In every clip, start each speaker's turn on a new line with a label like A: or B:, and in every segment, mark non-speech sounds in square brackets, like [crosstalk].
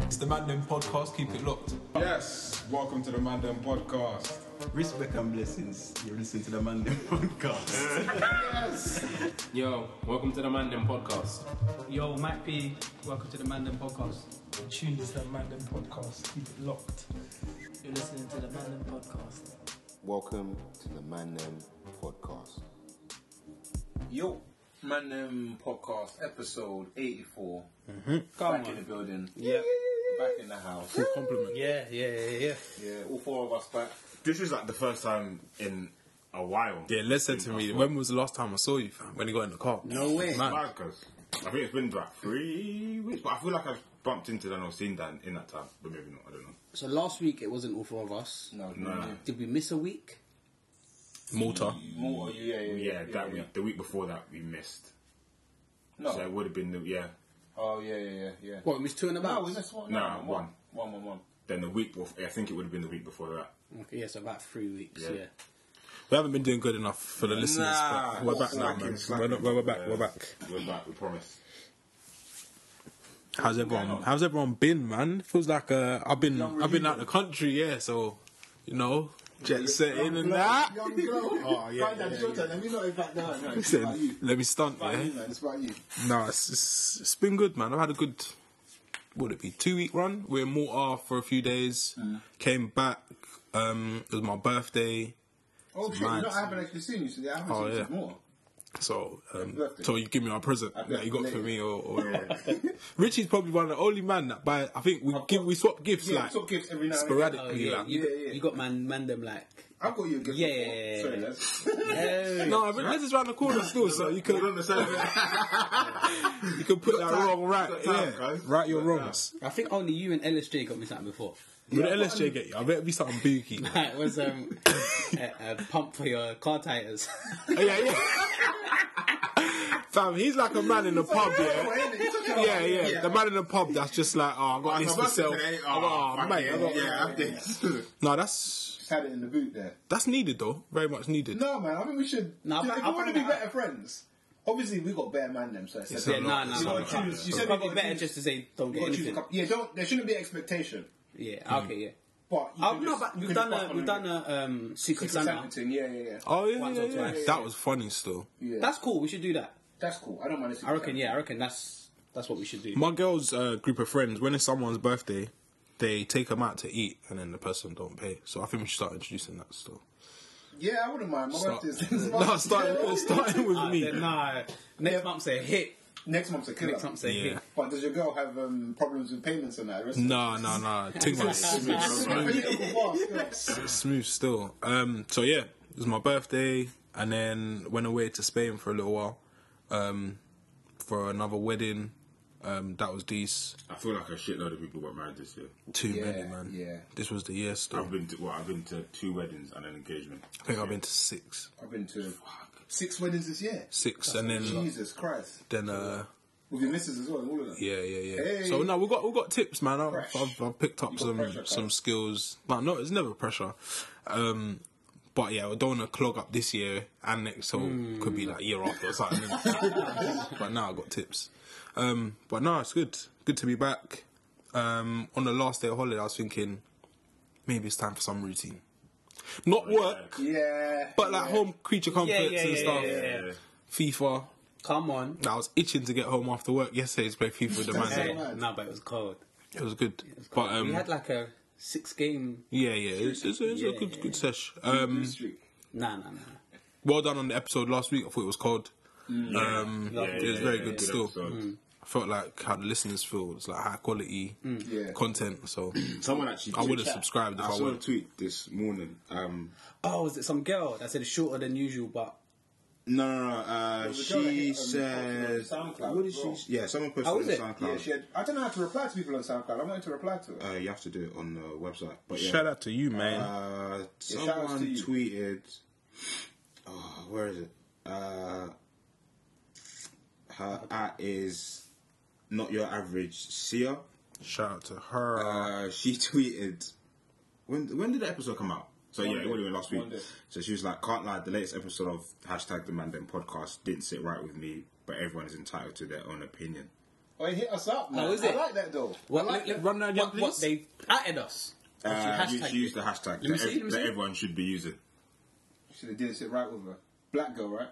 A: It's the Mandem podcast. Keep it locked.
B: Yes, welcome to the Mandem Podcast.
C: Respect and blessings. You're listening to the Mandem podcast.
D: Yo, welcome to the Mandem podcast.
E: Yo, Mike P, welcome to the Mandem Podcast.
F: Tuned into the Mandem podcast. Keep it locked.
E: You're listening to the Mandem Podcast.
G: Welcome to the Man Them Podcast.
H: Yo, Man Them Podcast, episode 84. Back in the building.
C: Yeah.
H: Back in the house.
I: Compliment. Yeah, yeah, yeah, yeah.
H: yeah, all four of us back.
I: This is like the first time in a while.
A: Yeah, Les said to me, when was the last time I saw you, fam? When you got in the car.
I: No way.
A: Man.
I: I think it's been about three weeks, but I feel like I've bumped into Dan or seen Dan in that time, but maybe not. I don't know.
J: So last week it wasn't all four of us.
H: No,
A: Mm-hmm.
I: Nah.
J: Did we miss a week?
A: Malta.
H: More, yeah, yeah,
I: Yeah, that
H: yeah.
I: week, the week before that, we missed.
A: Oh.
H: No.
I: So it would have been the yeah.
H: Oh, yeah, yeah, yeah, yeah.
J: What, we missed two and a
H: No,
J: half?
H: we missed one.
I: Nah,
H: one. One, one, one.
I: Then the week before, I think it would have been the week before that.
J: Okay, yeah, so about three weeks,
I: Yeah.
J: yeah.
A: We haven't been doing good enough for the listeners,
I: Nah,
A: but we're back now,
I: slacking,
A: man. We're,
I: slacking.
A: not, we're, we're back,
I: Yeah.
A: we're back.
I: We're back. We promise.
A: How's everyone? How's everyone been, man? Feels like uh, I've been I've been out the country, yeah. So you know, jet setting and that.
H: Young girl.
A: Oh, yeah,
H: Right, that's your turn. Let me know if that. No, no,
A: [laughs]
H: it's
A: Listen,
H: about you.
A: let me stunt,
H: About
A: yeah.
H: you, man. It's about you.
A: No, it's, it's, it's been good, man. I've had a good, what would it be, two week run. We We're in Malta for a few days. Came back. Um, it was my birthday,
H: Oh, shit,
A: Mad.
H: you know, I haven't actually seen you, so I haven't
A: Oh,
H: seen
A: yeah.
H: you more.
A: so um,
H: birthday.
A: so you give me a present
H: Happy
A: that you got for
H: birthday.
A: me, or, or Richie's probably one of the only man that by I think we give we swap gifts
H: Yeah,
A: like
H: so gifts every now and again.
A: sporadically,
J: Oh, yeah,
A: like.
J: you,
H: Yeah,
J: got,
H: yeah.
J: you got man, man them like.
H: I've got you a gift.
J: Yeah,
H: before.
J: yeah, yeah,
H: Sorry,
J: yeah.
H: Les.
A: No, I mean, this is round the corner still, so you could [laughs] you could put that wrong right.
I: time,
A: yeah,
I: guys.
A: right your wrongs.
J: [laughs] I think only you and LSJ got me something before. [laughs]
A: Would the LSJ get you? I bet it'd be something booky.
J: That was um, a, a pump for your car tires.
A: yeah, yeah. Fam, he's like a man in the pub,
H: [laughs]
A: yeah. Yeah, yeah. The man in the pub that's just like, oh, I got this to sell. Oh, mate, I got-
I: yeah, I'm this.
A: No, that's
H: [laughs] Just had it in the boot there.
A: that's needed though. Very much needed.
H: No, man, I think we should.
J: No,
H: you know,
J: I-
H: if
J: I
H: we want to
J: find
H: be
J: that-
H: better friends, obviously we got better man them. [laughs] So it's
A: It's
H: like-
J: yeah,
A: not-
J: nah,
A: it's
J: nah,
H: you
J: nah.
H: got
J: nah.
H: to choose. You
J: It's
H: said
J: probably
H: we
J: better
H: choose-
J: just to say don't
H: we
J: get
H: got to choose a
J: anything.
H: couple. Yeah, don't. There shouldn't be expectation.
J: Yeah, okay, yeah.
H: But you
J: Oh,
H: can
J: no,
H: just-
J: but
H: you
J: we've
H: can
J: done
H: just
J: a
H: fuck
J: we've
H: on
J: done
H: it.
J: a um secret
H: Secret
J: Santa.
H: Santa thing, Yeah, yeah, yeah.
A: Oh yeah,
J: Once
A: yeah,
J: or
A: yeah.
J: twice.
A: That was funny still.
H: yeah.
J: That's cool. We should do that.
H: that's cool. I don't mind. a secret
J: I reckon.
H: Santa.
J: Yeah, I reckon that's that's what we should do.
A: My girl's uh, group of friends, when it's someone's birthday, they take them out to eat, and then the person don't pay. So I think we should start introducing that still.
H: Yeah, I wouldn't mind. My
A: Start, [laughs]
H: birthday is [laughs]
A: no, starting starting with
J: Ah,
A: me.
J: then, nah, next month's a hit.
H: next month's a killer.
J: [laughs] Next month's a
A: Yeah.
J: hit.
H: But does your girl have um, problems with payments and that?
A: No, no, no. Too much.
J: [laughs]
H: [laughs] Smooth.
A: smooth still. Um, so yeah, it was my birthday, and then went away to Spain for a little while um, for another wedding. Um, that was these
I: I feel like a shitload of people got married this year.
A: too
H: Yeah,
A: many man.
H: yeah.
A: this was the year still.
I: I've been to well, I've been to two weddings and an engagement.
A: I think I've been to six,
H: I've been to six weddings this year.
A: six, and then
H: Jesus Christ.
A: then uh,
H: With your missus as well, and all of them.
A: yeah, yeah, yeah.
H: Hey.
A: So no, we got we got tips, man. I've,
H: Fresh.
A: I've, I've picked up
H: You got
A: some
H: pressure,
A: some
H: Kyle.
A: skills. No, no, it's never pressure. Um, but yeah, we don't want to clog up this year and next, so
H: Hmm.
A: could be like year after or
H: [laughs]
A: something. but now I got tips. Um, but no, it's good. Good to be back. Um, on the last day of holiday, I was thinking maybe it's time for some routine, not work,
H: Yeah.
A: but like home creature comforts
J: yeah,
A: and
J: yeah,
A: stuff.
J: yeah,
I: Yeah.
A: FIFA.
J: Come on.
A: I was itching to get home after work yesterday to play FIFA with the man.
J: Hey,
H: mad.
J: no, but it was cold.
A: It was good, but um,
J: we had like a six game.
A: yeah, yeah, it's, it's, it's a
J: Yeah,
A: good,
J: yeah,
A: good sesh. Um,
H: Streak.
J: Nah, nah, nah.
A: well done on the episode last week. I thought it was cold. Um,
J: Yeah,
A: it was very good
I: yeah,
A: still. Mm.
I: episode.
A: I felt like how the listeners feel. It's like high quality
H: Yeah.
A: content. So
I: Someone actually.
A: I would have
I: tweeted-
A: subscribed if
I: I
A: I,
I: saw a
A: would.
I: tweet this morning. Um,
J: Oh, was it some girl that said it's shorter than usual? But
I: no, no, no. Uh,
H: was a girl that hit,
I: she
H: um,
I: said.
H: posted on SoundCloud
I: What did
H: as well.
I: she? Yeah, someone posted
J: Oh,
I: on
J: is it?
I: SoundCloud.
H: Yeah, she had, I don't know how to reply to people on SoundCloud. I wanted to reply to her.
I: uh, you have to do it on the website. But yeah.
A: Shout out to you, man.
I: Uh,
H: Yeah, shout outs
I: someone
H: to you.
I: tweeted. Oh, where is it? Uh, her at is not your average seer.
A: Shout out to her.
I: Uh, she tweeted, when when did the episode come out? So yeah, it would have been last week.
H: Monday.
I: So she was like, can't lie, the latest episode of hashtag the Mandem podcast didn't sit right with me, but everyone is entitled to their own opinion.
H: Oh, it hit us up, man.
J: Oh, is it?
H: I like that though.
J: What,
H: I like
J: let-
H: that.
A: Run down your
J: what, what
A: please.
J: they added us.
I: Uh,
J: Hashtag.
I: you should use the hashtag
J: me
I: that,
J: see,
I: ev-
J: let me
I: that
J: see.
I: everyone should be using.
H: Should have did this shit right with her. Black girl, right?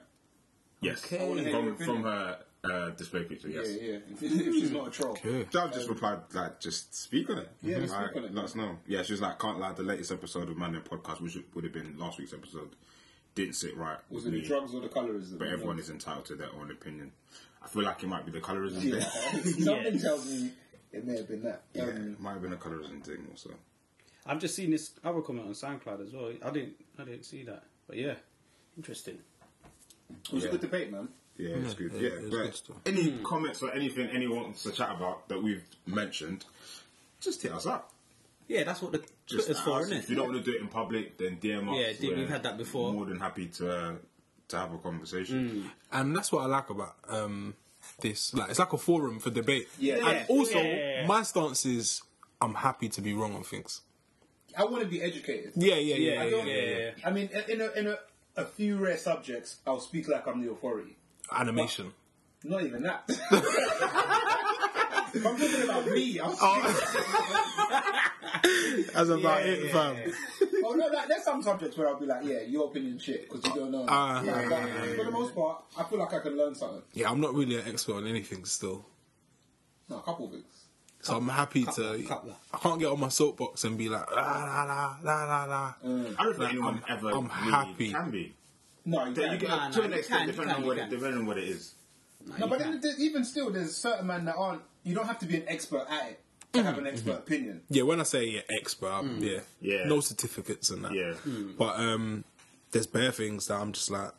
I: Yes.
H: I wanna hear your
I: From,
H: opinion.
I: from her uh, display picture, yes.
H: Yeah, yeah. If, if she's not a troll.
A: Okay.
I: So I've just replied, like, just speak on it.
H: Yeah, just
I: Like,
H: speak on it.
I: Let us know. Yeah, she was like, can't lie, the latest episode of Man Them Podcast, which would have been last week's episode, didn't sit right
H: Was
I: with
H: it the
I: me.
H: drugs or the colorism?
I: But everyone is entitled to their own opinion. I feel like it might be the colorism
H: Yeah. [laughs]
I: thing.
H: [laughs] Something tells me it may have been that.
I: yeah,
H: Um,
I: it might have been a colorism thing also.
J: I've just seen this other comment on SoundCloud as well. I didn't, I didn't see that. But yeah, interesting.
H: it was a good debate, man.
I: Yeah, it's good.
A: it-
I: Yeah,
A: it's
I: but
A: good stuff.
I: any comments or anything anyone wants to chat about that we've mentioned, just hit us up.
J: Yeah, that's what the
I: Just
J: Twitter's for,
I: ask.
J: isn't
I: If you
J: it?
I: don't want to do it in public, then DM us.
J: eh? Yeah, we've
I: We're
J: had that before.
I: More than happy to uh, to have a conversation.
A: and that's what I like about um, this. Like, it's like a forum for debate.
H: Yeah.
A: And also,
J: Yeah.
A: my stance is I'm happy to be wrong on things.
H: I want to be educated.
A: Yeah, yeah, yeah,
J: Yeah,
A: yeah.
H: don't-
A: yeah, yeah.
H: I mean, in a, in a, a few rare subjects, I'll speak like I'm the authority.
A: Animation.
H: Not even that. [laughs] if I'm talking about me, I'm oh.
A: That's about it, fam.
H: oh no, like, there's some subjects where I'll be like, yeah, your opinion shit because you don't know.
A: Ah.
H: Yeah, but for the most part, I feel like I can learn something.
A: Yeah, I'm not really an expert on anything still.
H: No, a couple of things.
A: So I'm happy to.
J: Cutler.
A: I can't get on my soapbox and be like, la la la la la la.
H: Mm.
J: Mm.
I: I don't think anyone
A: I'm-
I: ever
A: I'm
I: really
A: happy.
I: can be.
H: No, you
I: But you
H: can't.
I: can,
J: Nah,
I: to
J: nah,
I: an
J: you
I: extent,
J: can, you
I: depending,
J: can,
I: on what
J: you
I: it,
J: can.
I: depending on what it is.
H: No, but then, there- even still, there's certain men that aren't. You don't have to be an expert at it to have an expert opinion.
A: Yeah, when I say yeah, expert,
H: Mm.
A: I'm- yeah,
I: Yeah.
A: no certificates and that.
I: Yeah.
A: but um, there's bare things that I'm just like,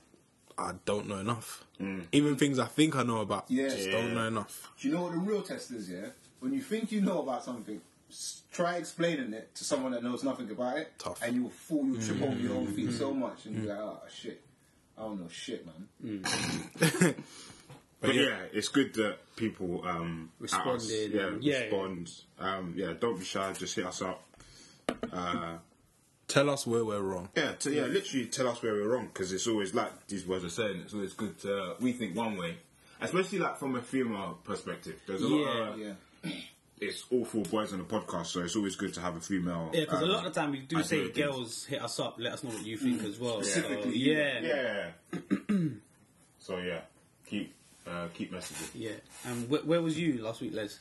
A: I don't know enough. Even things I think I know about,
H: Yeah.
A: just
I: Mm. Yeah.
A: don't know enough.
H: Do you know what the real test is? Yeah, when you think you know about something, s- try explaining it to someone that knows nothing about it,
A: Tough.
H: and you'll fool, you'll trip over your own feet so much, and you're like, oh shit, I don't know shit, man.
I: But, yeah. it's good that people um, at us,
J: Responded
I: yeah,
J: and- yeah, yeah.
I: respond. Um, yeah, don't be shy. Just hit us up.
A: Tell us where we're wrong.
I: Yeah, to, yeah. Literally, tell us where we're wrong because it's always like these words are saying. It's always good to uh, we think one way, especially like from a female perspective. There's a lot of
H: Yeah,
I: it's all four boys on the podcast, so it's always good to have a female.
J: Yeah, because
I: um,
J: a lot of the time we do
I: idea
J: say
I: of things.
J: girls hit us up, let us know what you think as well. So,
H: Specifically,
J: yeah, yeah,
I: Mm. Yeah. [clears throat] so yeah, keep uh, keep messaging.
J: And wh- where was you last week, Les?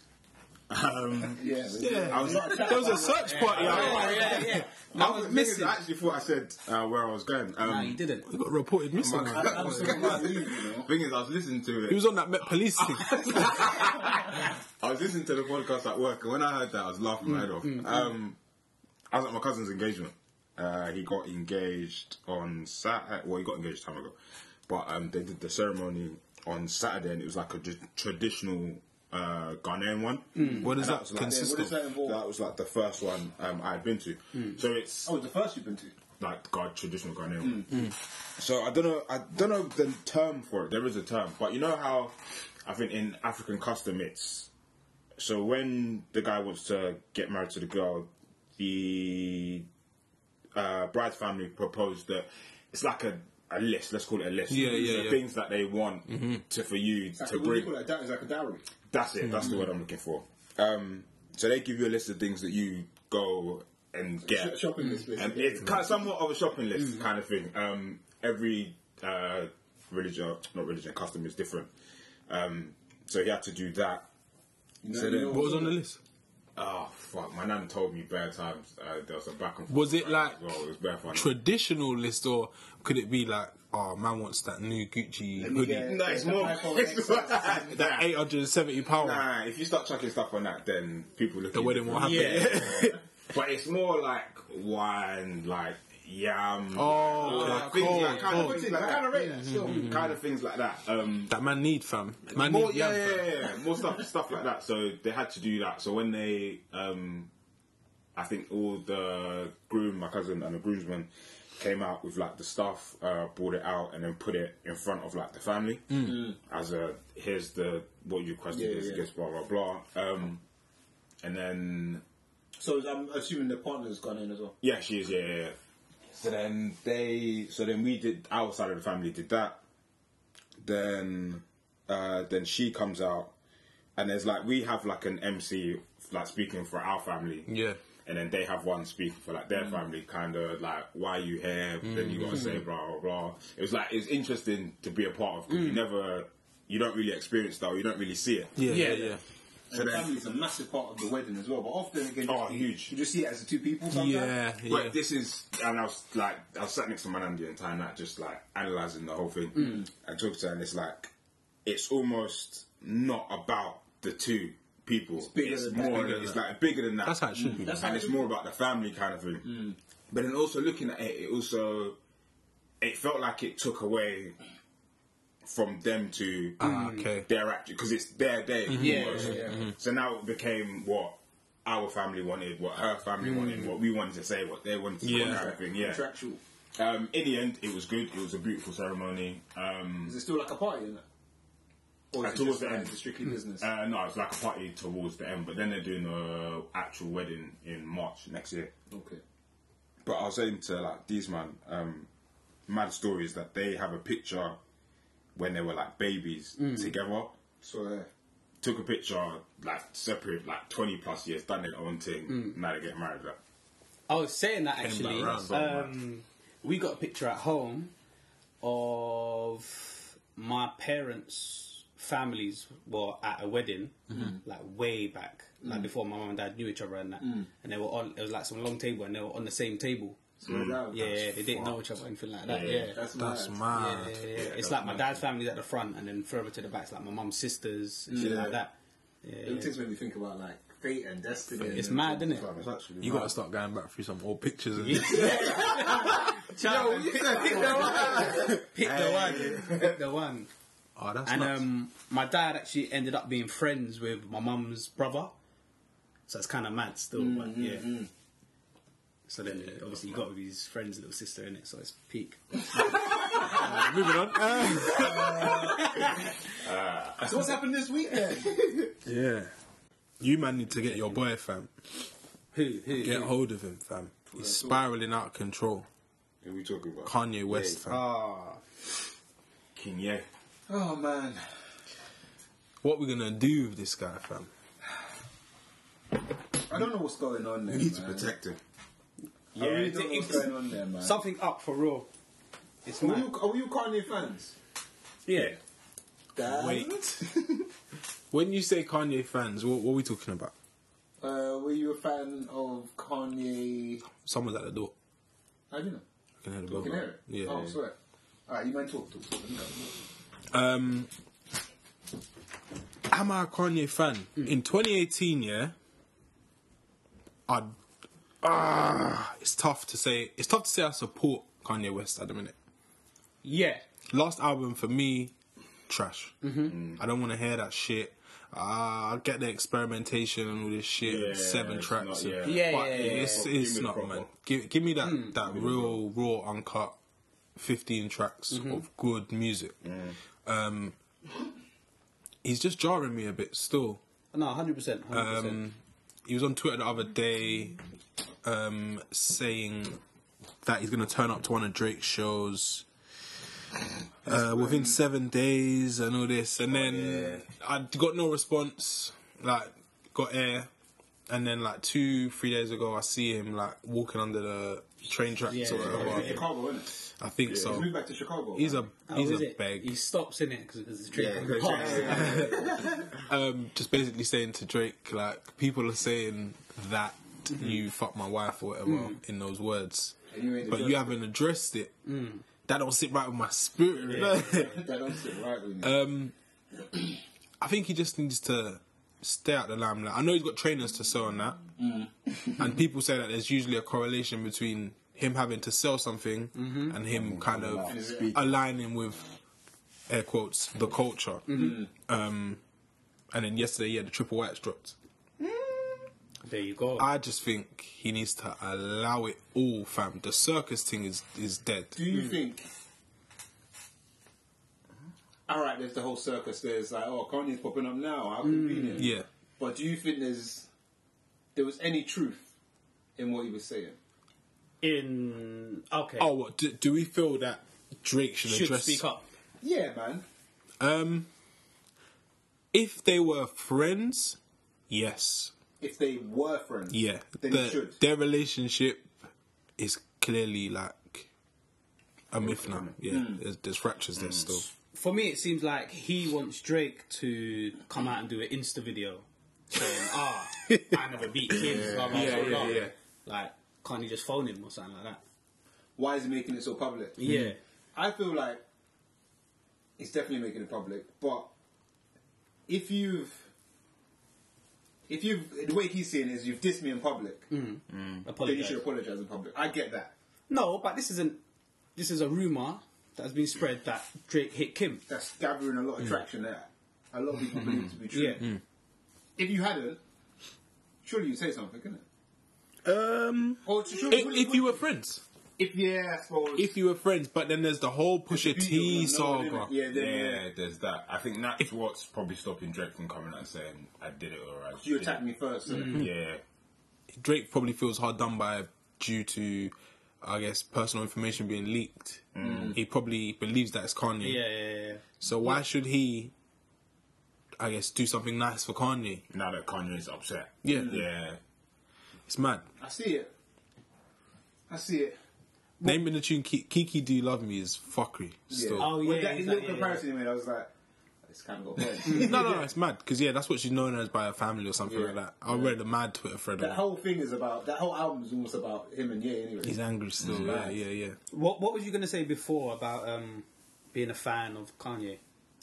I: Um,
H: yeah.
I: [laughs] I was,
A: There was a search party. out there.
J: Oh, yeah, yeah.
I: I was missing. I actually thought I said uh, where I was going. Um,
J: No, you didn't.
A: We got reported missing. man.
I: [laughs] thing is, I was listening to
A: He
I: it.
A: was on that Met
H: [laughs]
A: Police thing.
I: I was listening to the podcast at work, and when I heard that, I was laughing my head off. um, I was at my cousin's engagement. Uh, he got engaged on Saturday. Well, he got engaged time ago, but um, they did the ceremony on Saturday, and it was like a tr- traditional uh, Ghanaian one.
A: What does Mm.
I: And
A: that
I: was like-
A: consist
H: Yeah, what does of? that involve?
I: That was like the first one um, I had been to. So it's
H: Oh, the first you've been to.
I: like God, traditional
A: Mm.
I: Ghanaian. So I don't know. I don't know the term for it. There is a term, but you know how I think in African custom it's so when the guy wants to get married to the girl, the uh, bride's family proposed that it's like a, a list. Let's call it a list.
A: Yeah,
I: These
A: yeah, Mm-hmm.
I: are
A: yeah.
I: Things that they want to for you
H: Like,
I: to
H: what do you
I: bring.
H: call that? That is like a dowry.
I: That's it.
A: Hmm.
I: That's the word I'm looking for. Um, so they give you a list of things that you go and get.
H: Sh- shopping list,
I: And
H: basically.
I: it's kind of somewhat of a shopping list
A: Hmm.
I: kind of thing. Um, every uh, religion, not religion, custom is different. Um, so he had to do that.
H: You know,
I: So
H: you
I: then-
H: know,
A: What was on the list?
I: Oh fuck! My nan told me bad times. Uh, there was a back and forth.
A: Was it
I: as
A: like
I: well. it was bad fun.
A: Traditional list, or could it be like, oh, man wants that new Gucci
H: me
A: hoodie?
H: get-
I: no, it's more. [laughs]
H: iPhone
I: It's more like
A: that
I: that.
A: eight hundred and seventy pound.
I: Nah, if you start chucking stuff on that, then people look. at
A: The
I: you
A: wedding
I: different.
A: will happen.
J: Yeah.
I: [laughs] But it's more like wine, like yam,
A: Oh,
I: like,
A: like
I: things
A: cold,
I: like, kind,
A: cold.
I: Of things like that.
H: Mm-hmm.
I: kind of things like that. Um,
A: That man need fam. Man
I: more,
A: need
I: yeah,
A: yam,
I: yeah,
A: fam.
I: yeah, yeah, more stuff, stuff like that. So they had to do that. So when they, um, I think all the groom, my cousin, and the groomsman came out with like the stuff, uh, brought it out, and then put it in front of like the family
A: Mm.
I: as a here's the what you requested,
H: Mm. Yeah,
I: here's the
H: yeah.
I: gifts, blah blah blah. Um, and then
H: So I'm assuming the partner's gone in as well.
I: yeah, she is. Yeah, yeah, yeah. So then they, so then we did. Our side of the family did that. Then, uh, then she comes out, and there's like we have like an MC like speaking for our family.
A: Yeah. Mm.
I: And then they have one speaking for like their family, kind of like why you here? Then you gotta say blah blah blah. It was like it's interesting to be a part of. 'cause
A: Mm.
I: You never, you don't really experience that. Or you don't really see it.
A: Yeah, yeah, yeah.
I: So
H: And
I: then-
H: family's a massive part of the wedding as well. But often again,
I: Oh,
H: you,
I: huge.
H: You just see it as the two people. Sometimes.
A: Yeah, yeah.
I: But this is, and I was like, I was sat next to my nan the entire night, just like analyzing the whole thing and talking to her, and it's like, it's almost not about the two people. It's,
H: bigger than that.
I: more,
H: Bigger than
I: it's
H: that.
I: like bigger than that.
A: That's how it should be. That's
I: and it's more about the family kind of thing. But then also looking at it, it also, it felt like it took away from them to
A: Ah, okay.
I: their actual because it's their day. almost.
H: yeah, yeah.
I: So now it became what our family wanted, what her family
H: Mm.
I: wanted, what we wanted to say, what they wanted to
A: Yeah.
I: say, kind of thing. Yeah.
H: Contractual.
I: Um, in the end, it was good. It was a beautiful ceremony. Um,
H: Is it still like a party in that? Or
I: Uh, towards the
H: like,
I: end.
H: is it strictly business.
I: uh, no, it's like a party towards the end, but then they're doing a actual wedding in March next year.
H: Mm. okay.
I: But I was saying to like these man, um, mad stories that they have a picture when they were like babies
H: Mm.
I: together.
H: So yeah.
I: took a picture like separate like 20 plus years done their own thing
H: Mm.
I: now they get married like,
J: I was saying that
A: Came back
J: actually.
A: round,
J: Um, we got a picture at home of my parents' families were at a wedding,
H: Mm-hmm.
J: like way back, like
H: Mm.
J: before my mum and dad knew each other and that. And they were on. It was like some long table, and they were on the same table.
H: So that-
J: Yeah, yeah, they didn't know each other or anything like that. Yeah.
H: That's,
A: That's
H: mad.
A: mad.
J: Yeah, yeah, yeah. it's like my dad's family's at the front, and then further to the back, it's like my mum's sisters and shit
H: Yeah.
J: like that.
H: It takes me to think about like fate and destiny.
J: It's
H: and-
J: mad, isn't it?
I: "Fam, it's actually
A: You
I: mad."
A: gotta start going back through some old pictures and
J: Yo, pick the one. Pick the one.
A: [laughs] Oh, that's
J: And
A: nuts.
J: um, my dad actually ended up being friends with my mum's brother. So it's kind of mad still, but yeah. So then, obviously, you got with his friend's little sister in it, so it's peak.
A: moving on. Uh,
H: So what's happened this week then?
A: [laughs] yeah. You man need to get your boy, fam.
J: Who? Who?
A: Get
J: who?
A: hold of him, fam. He's spiraling out of control.
I: who we talking about
A: Kanye West, fam.
J: Ah,
I: King yeah
H: oh man.
A: What we gonna do with this guy, fam?
H: I don't know what's going on there.
I: we need to
H: man.
I: protect him
H: I really don't know
J: Yeah.
H: what's going on there, man.
J: something up for real. It's
H: Are
J: mad.
H: you, are you Kanye fans?
J: Yeah.
H: Damn.
A: Wait. when you say Kanye fans, what, what are we talking about?
H: [laughs] Uh, were you a fan of Kanye?
A: Someone's at the door.
H: I don't know.
A: I can hear the
H: You can
A: bell.
H: hear it.
A: Yeah.
H: Oh, sorry. Alright, you might talk. Talk. talk. You go.
A: Um, am I a Kanye fan?
I: Hmm.
A: In 2018, yeah, I. Ah, it's tough to say. It's tough to say I support Kanye West at the minute.
J: Yeah.
A: Last album for me, trash.
I: Mm-hmm.
A: I don't want to hear that shit. Ah, I get the experimentation and all this shit.
I: Yeah,
A: seven
I: it's
A: tracks.
I: not-
A: and-
I: yeah.
J: Yeah,
A: but
J: yeah, yeah,
A: it's,
I: yeah.
A: it's
I: Give me the
A: not,
I: proper. Hmm.
A: man. Give, give me that, that real, raw, uncut 15 tracks
I: Mm-hmm.
A: of good music. Um, he's just jarring me a bit still.
J: No, 100%. 100%.
A: He was on Twitter the other day um, saying that he's going to turn up to one of Drake's shows. Uh, within seven days and all this, and then
J: Oh,
A: I got no response. Like, got air, and then like two, three days ago, I see him like walking under the train tracks or whatever.
H: Chicago, innit?
A: I think
H: He's
A: so.
H: moved back to Chicago.
A: He's a
J: How
A: he's
J: Oh, is
A: a
J: it?
A: beg.
J: He stops in it because there's a trick.
A: [laughs] um, just basically saying to Drake, like, people are saying that you fuck my wife or whatever in those words,
H: And you ain't
A: but you
H: addressed
A: haven't addressed it. That don't sit right with my spirit. [laughs]
H: it. That don't sit right with me.
A: um, I think he just needs to stay out the limelight. I know he's got trainers to sell on that,
H: Mm. [laughs]
A: and people say that there's usually a correlation between him having to sell something
H: Mm-hmm.
A: and him kind of aligning with air quotes the culture.
H: Mm-hmm.
A: Um, and then yesterday, yeah, the triple whites dropped.
J: There you go.
A: I just think he needs to allow it all, fam. The circus thing is is dead.
H: Do you think? All right, there's the whole circus. There's like, oh, Kanye's popping up now. How convenient.
A: Yeah,
H: But do you think there's there was any truth in what he was saying?
J: in. Okay.
A: Oh, what, do, do we feel that Drake should,
J: should
A: address?
J: speak up.
H: Yeah, man.
A: Um, If they were friends, yes,
H: If they were friends,
A: yeah,
H: then
A: The-
H: it should.
A: their relationship is clearly like a myth now. Yeah, there's, there's fractures there still.
J: For me, it seems like he wants Drake to come out and do an Insta video saying, "Ah, I never beat him." blah, blah,
A: Yeah,
J: blah,
A: yeah,
J: blah.
A: yeah.
J: Like, can't he just phone him or something like that?
H: Why is he making it so public?
J: Yeah,
H: I feel like he's definitely making it public, but if you've if you've the way he's seeing it is you've dissed me in public, then you
A: Mm.
J: apologize.
H: should apologize in public. I get that.
J: No, but this isn't. This is a rumor that has been spread that Drake hit Kim.
H: That's gathering a lot of traction there. A lot of people believe it to be true.
J: Yeah.
H: If you hadn't, surely you'd say something, couldn't it?
A: Um,
H: Or to- surely, would-
A: if, if
H: would-
A: you were friends,
H: if yeah, I suppose.
A: if you were friends, but then there's the whole Pusha
H: If you
A: T
H: don't know,
A: saga.
H: then- Yeah, then yeah.
I: Yeah, there's that. I think that's what's probably stopping Drake from coming out and saying, I did it or I
H: you
I: did
H: attacked
I: it."
H: me first. so-
I: Yeah.
A: Drake probably feels hard done by due to, I guess, personal information being leaked. He probably believes that it's Kanye.
J: Yeah, yeah, yeah, yeah.
A: So why should he, I guess, do something nice for Kanye?
I: Now that Kanye's upset.
A: Yeah.
I: Yeah.
A: It's mad.
H: I see it. I see it.
A: Naming the tune Ki- Kiki Do You Love Me is fuckery still.
J: Oh yeah,
H: With that
J: exactly,
H: little
J: yeah,
H: comparison you made, I was like, it's kind of got points.
A: [laughs] No, no, no, it's mad because yeah, that's what she's known as by her family or something
H: Yeah.
A: like that. I read a mad Twitter thread.
H: That
A: on it.
H: whole thing is about that whole album is almost about him and Ye anyway.
A: He's angry still. Yeah, yeah, yeah.
J: yeah. What What was you gonna say before about um, being a fan of Kanye?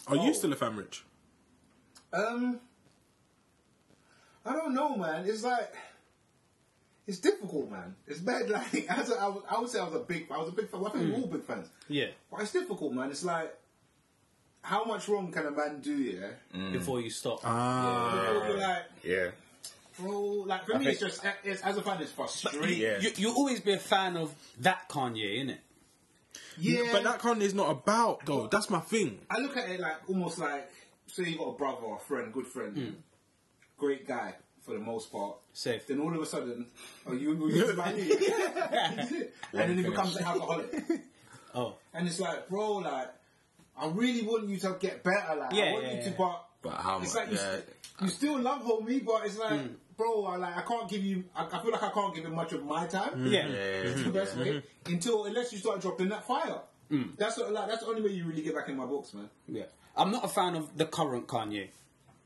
A: Are you still a fan, Rich?
H: Um, I don't know, man. It's like it's difficult, man. It's bad. [laughs] Like as a, I, was, I would say, I was a big, I was a big fan. Well, I think
I: Hmm.
H: we're all big fans.
J: Yeah.
H: But it's difficult, man. It's like how much wrong can a man do? Yeah,
J: Before you stop.
A: Ah,
H: People be like
I: Mm. Yeah.
H: bro, like for me, it's just it's, as a fan, it's frustrating.
I: Yeah.
J: You, you'll always be a fan of that Kanye, innit?
H: yeah,
A: but that Kanye's not about though. That's my thing.
H: I look at it like almost like say you got a brother or a friend, good friend, great guy for the most part.
J: Hmm. Safe.
H: Then all of a sudden, oh you you like
J: [laughs]
H: me, and then he
I: finish.
H: becomes an alcoholic,
J: Oh,
H: and it's like, bro, like I really want you to get better, like I
J: Yeah,
H: want
J: yeah,
H: you to,
J: yeah.
H: but
I: But how
H: it's
I: much?
H: like you,
I: yeah.
H: you still love homie, but it's like,
J: Hmm.
H: bro, I like I can't give you, I, I feel like I can't give him much of my time.
J: Hmm. yeah. Mm-hmm.
H: It's the best way until unless you start dropping that fire.
J: Hmm.
H: That's what, like that's the only way you really get back in my books, man.
J: Yeah. I'm not a fan of the current Kanye.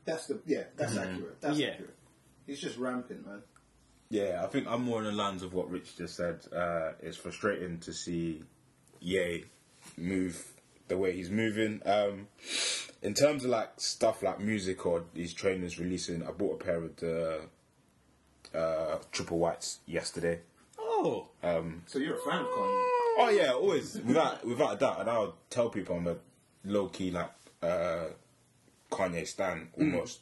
H: That's the yeah. That's accurate. That's
J: Yeah.
H: accurate. He's just rampant, man.
I: Yeah, I think I'm more on the lines of what Rich just said. Uh, it's frustrating to see Ye move the way he's moving. Um, in terms of like stuff like music or these trainers releasing, I bought a pair of the uh, triple whites yesterday.
J: Oh,
H: So you're a fan of Kanye.
I: Oh yeah, always without without a doubt, and I'll tell people I'm a low key like uh, Kanye stan almost.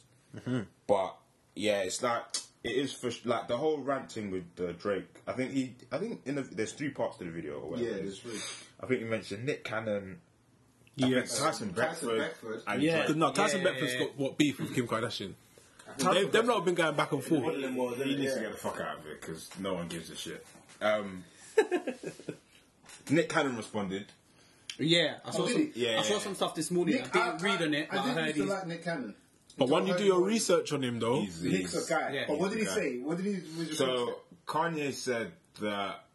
I: But yeah, it's like it is for like the whole ranting with uh, Drake. I think he, I think in the there's three parts to the video. Or whatever.
H: Yeah, there's three.
I: I think you mentioned Nick Cannon, I think
A: Yes.
I: Tyson Beckford,
H: Beckford.
I: and
J: Yeah.
I: Drake.
A: No, Tyson
J: Yeah, yeah,
A: Beckford's
J: yeah.
A: got what beef with Kim Kardashian. They, they've not been going back and forth.
I: He needs to get the fuck out of it because no one gives a shit. Um, [laughs] Nick Cannon responded.
J: yeah. I saw
H: did
J: some.
H: he?
J: I saw
I: Yeah.
J: some stuff this morning. I didn't read on it.
H: I,
J: but I,
H: didn't
J: heard
H: used to
J: he's
H: like Nick Cannon.
A: But
H: Until
A: when
H: I
A: you
H: heard
A: do your
H: what-
A: research on him, though,
I: He's,
H: Nick's
I: he's-
H: a guy.
J: Yeah,
H: but what did he
I: he's a guy.
H: say? What did he? What did you
I: So Kanye said that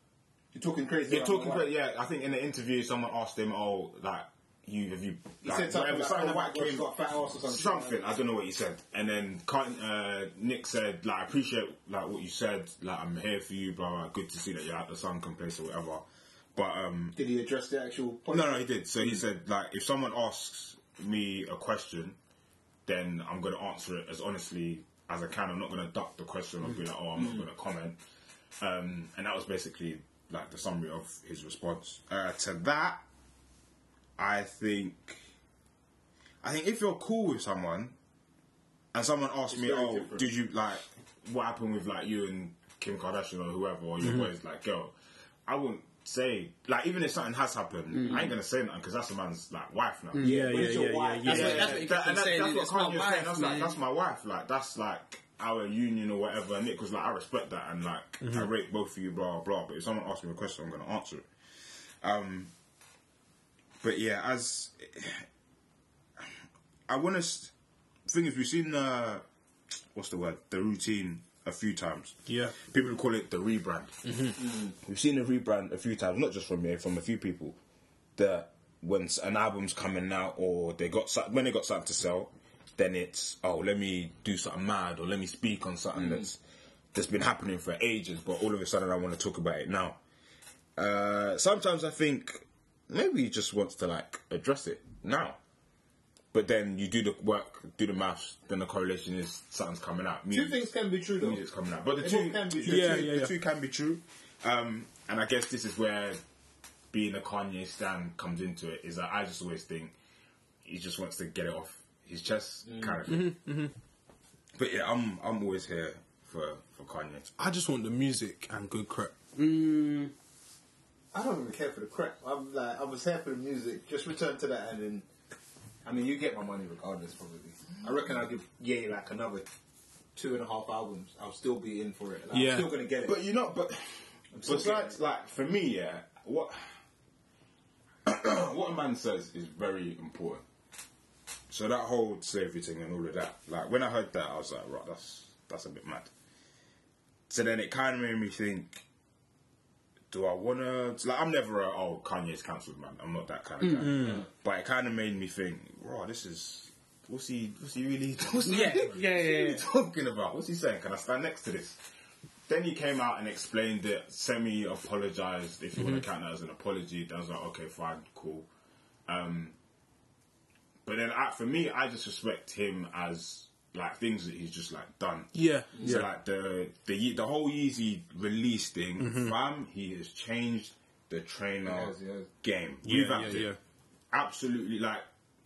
H: you're talking crazy.
I: you're
H: about
I: talking
H: my
I: about
H: wife.
I: yeah. I think in the interview, someone asked him, "Oh, like you have you?"
H: He said something about something about
I: came-
H: got fat ass or something.
I: Something I don't know what he said. And then Kan- uh, Nick said, "Like I appreciate like what you said. Like I'm here for you, blah blah. Good to see that you're at the Sunken place or whatever." But um,
H: Did he address the actual? Point?
I: Oh, no, no, he did. So he said, like, if someone asks me a question, then I'm going to answer it as honestly as I can. I'm not going to duck the question or be like, oh, I'm not going to comment. Um, and that was basically like the summary of his response uh, to that. I think, I think if you're cool with someone, and someone asks me,
H: very
I: oh,
H: different.
I: did you like what happened with like you and Kim Kardashian or whoever or your boys like girl, I wouldn't say like even if something has happened, I ain't gonna say nothing because that's a man's like wife now.
A: yeah, yeah, yeah, yeah, yeah.
J: That's what- that's what he kept
I: That-
J: on
I: and that-
J: saying,
I: that's what
J: it's my
I: Kanye was saying.
J: wife,
I: That's
J: man.
I: like that's my wife. Like that's like our union or whatever. And Nick was like, I respect that and like I rate both of you, blah blah. But if someone asks me a question, I'm gonna answer it. Um, [sighs] but yeah, as I want to thing is, we've seen uh, what's the word? The routine a few times.
A: Yeah.
I: people call it the rebrand. We've seen the rebrand a few times, not just from me, from a few people. That when s- an album's coming out, or they got some- when they got something to sell, then it's oh let me do something mad, or let me speak on something that's that's been happening for ages, but all of a sudden I want to talk about it now. Uh, sometimes I think maybe he just wants to like address it now. But then you do the work, do the maths, then the correlation is something's coming out.
H: Two
I: Music-
H: things can be true though.
I: music's coming out. But the
H: It
I: two,
H: can be true.
I: the two-
H: Yeah,
I: the two can be true. Um, and I guess this is where being a Kanye stan comes into it. Is that I just always think he just wants to get it off his chest,
H: Mm.
I: kind of thing.
H: Mm-hmm,
I: But yeah, I'm I'm always here for for Kanye.
A: I just want the music and good crap.
H: I don't even care for the crap. I'm like, I was here for the music. Just return to that, and then, I mean, you get my money regardless, probably. I reckon I'll give Ye like another two and a half albums. I'll still be in for it. Like,
A: Yeah.
H: I'm still gonna get it.
I: But you know, but
H: still
I: but like,
H: getting
I: like for me, yeah, what what a man says is very important. So that whole slavery thing and all of that, like when I heard that, I was like, right, that's that's a bit mad. So then it kind of made me think. Do I wanna like? I'm never a oh Kanye's cancelled man. I'm not that kind of guy. But it kind of made me think, wow, this is what's he what's he really [laughs] what's he,
J: Yeah, yeah, yeah,
I: what's he
J: yeah.
I: talking about? What's he saying? Can I stand next to this? Then he came out and explained it, semi apologized, if you want
A: Mm-hmm.
I: to count that as an apology. Then I was like, okay, fine, cool. Um, but then I, for me, I just respect him as like things that he's just like done.
A: Yeah,
I: So like the the Ye- the whole Yeezy release thing,
A: Mm-hmm.
I: fam, he has changed the trainer
H: Yes, yes.
I: game.
A: Yeah,
I: Revamped
A: yeah,
I: it.
A: yeah.
I: Absolutely, like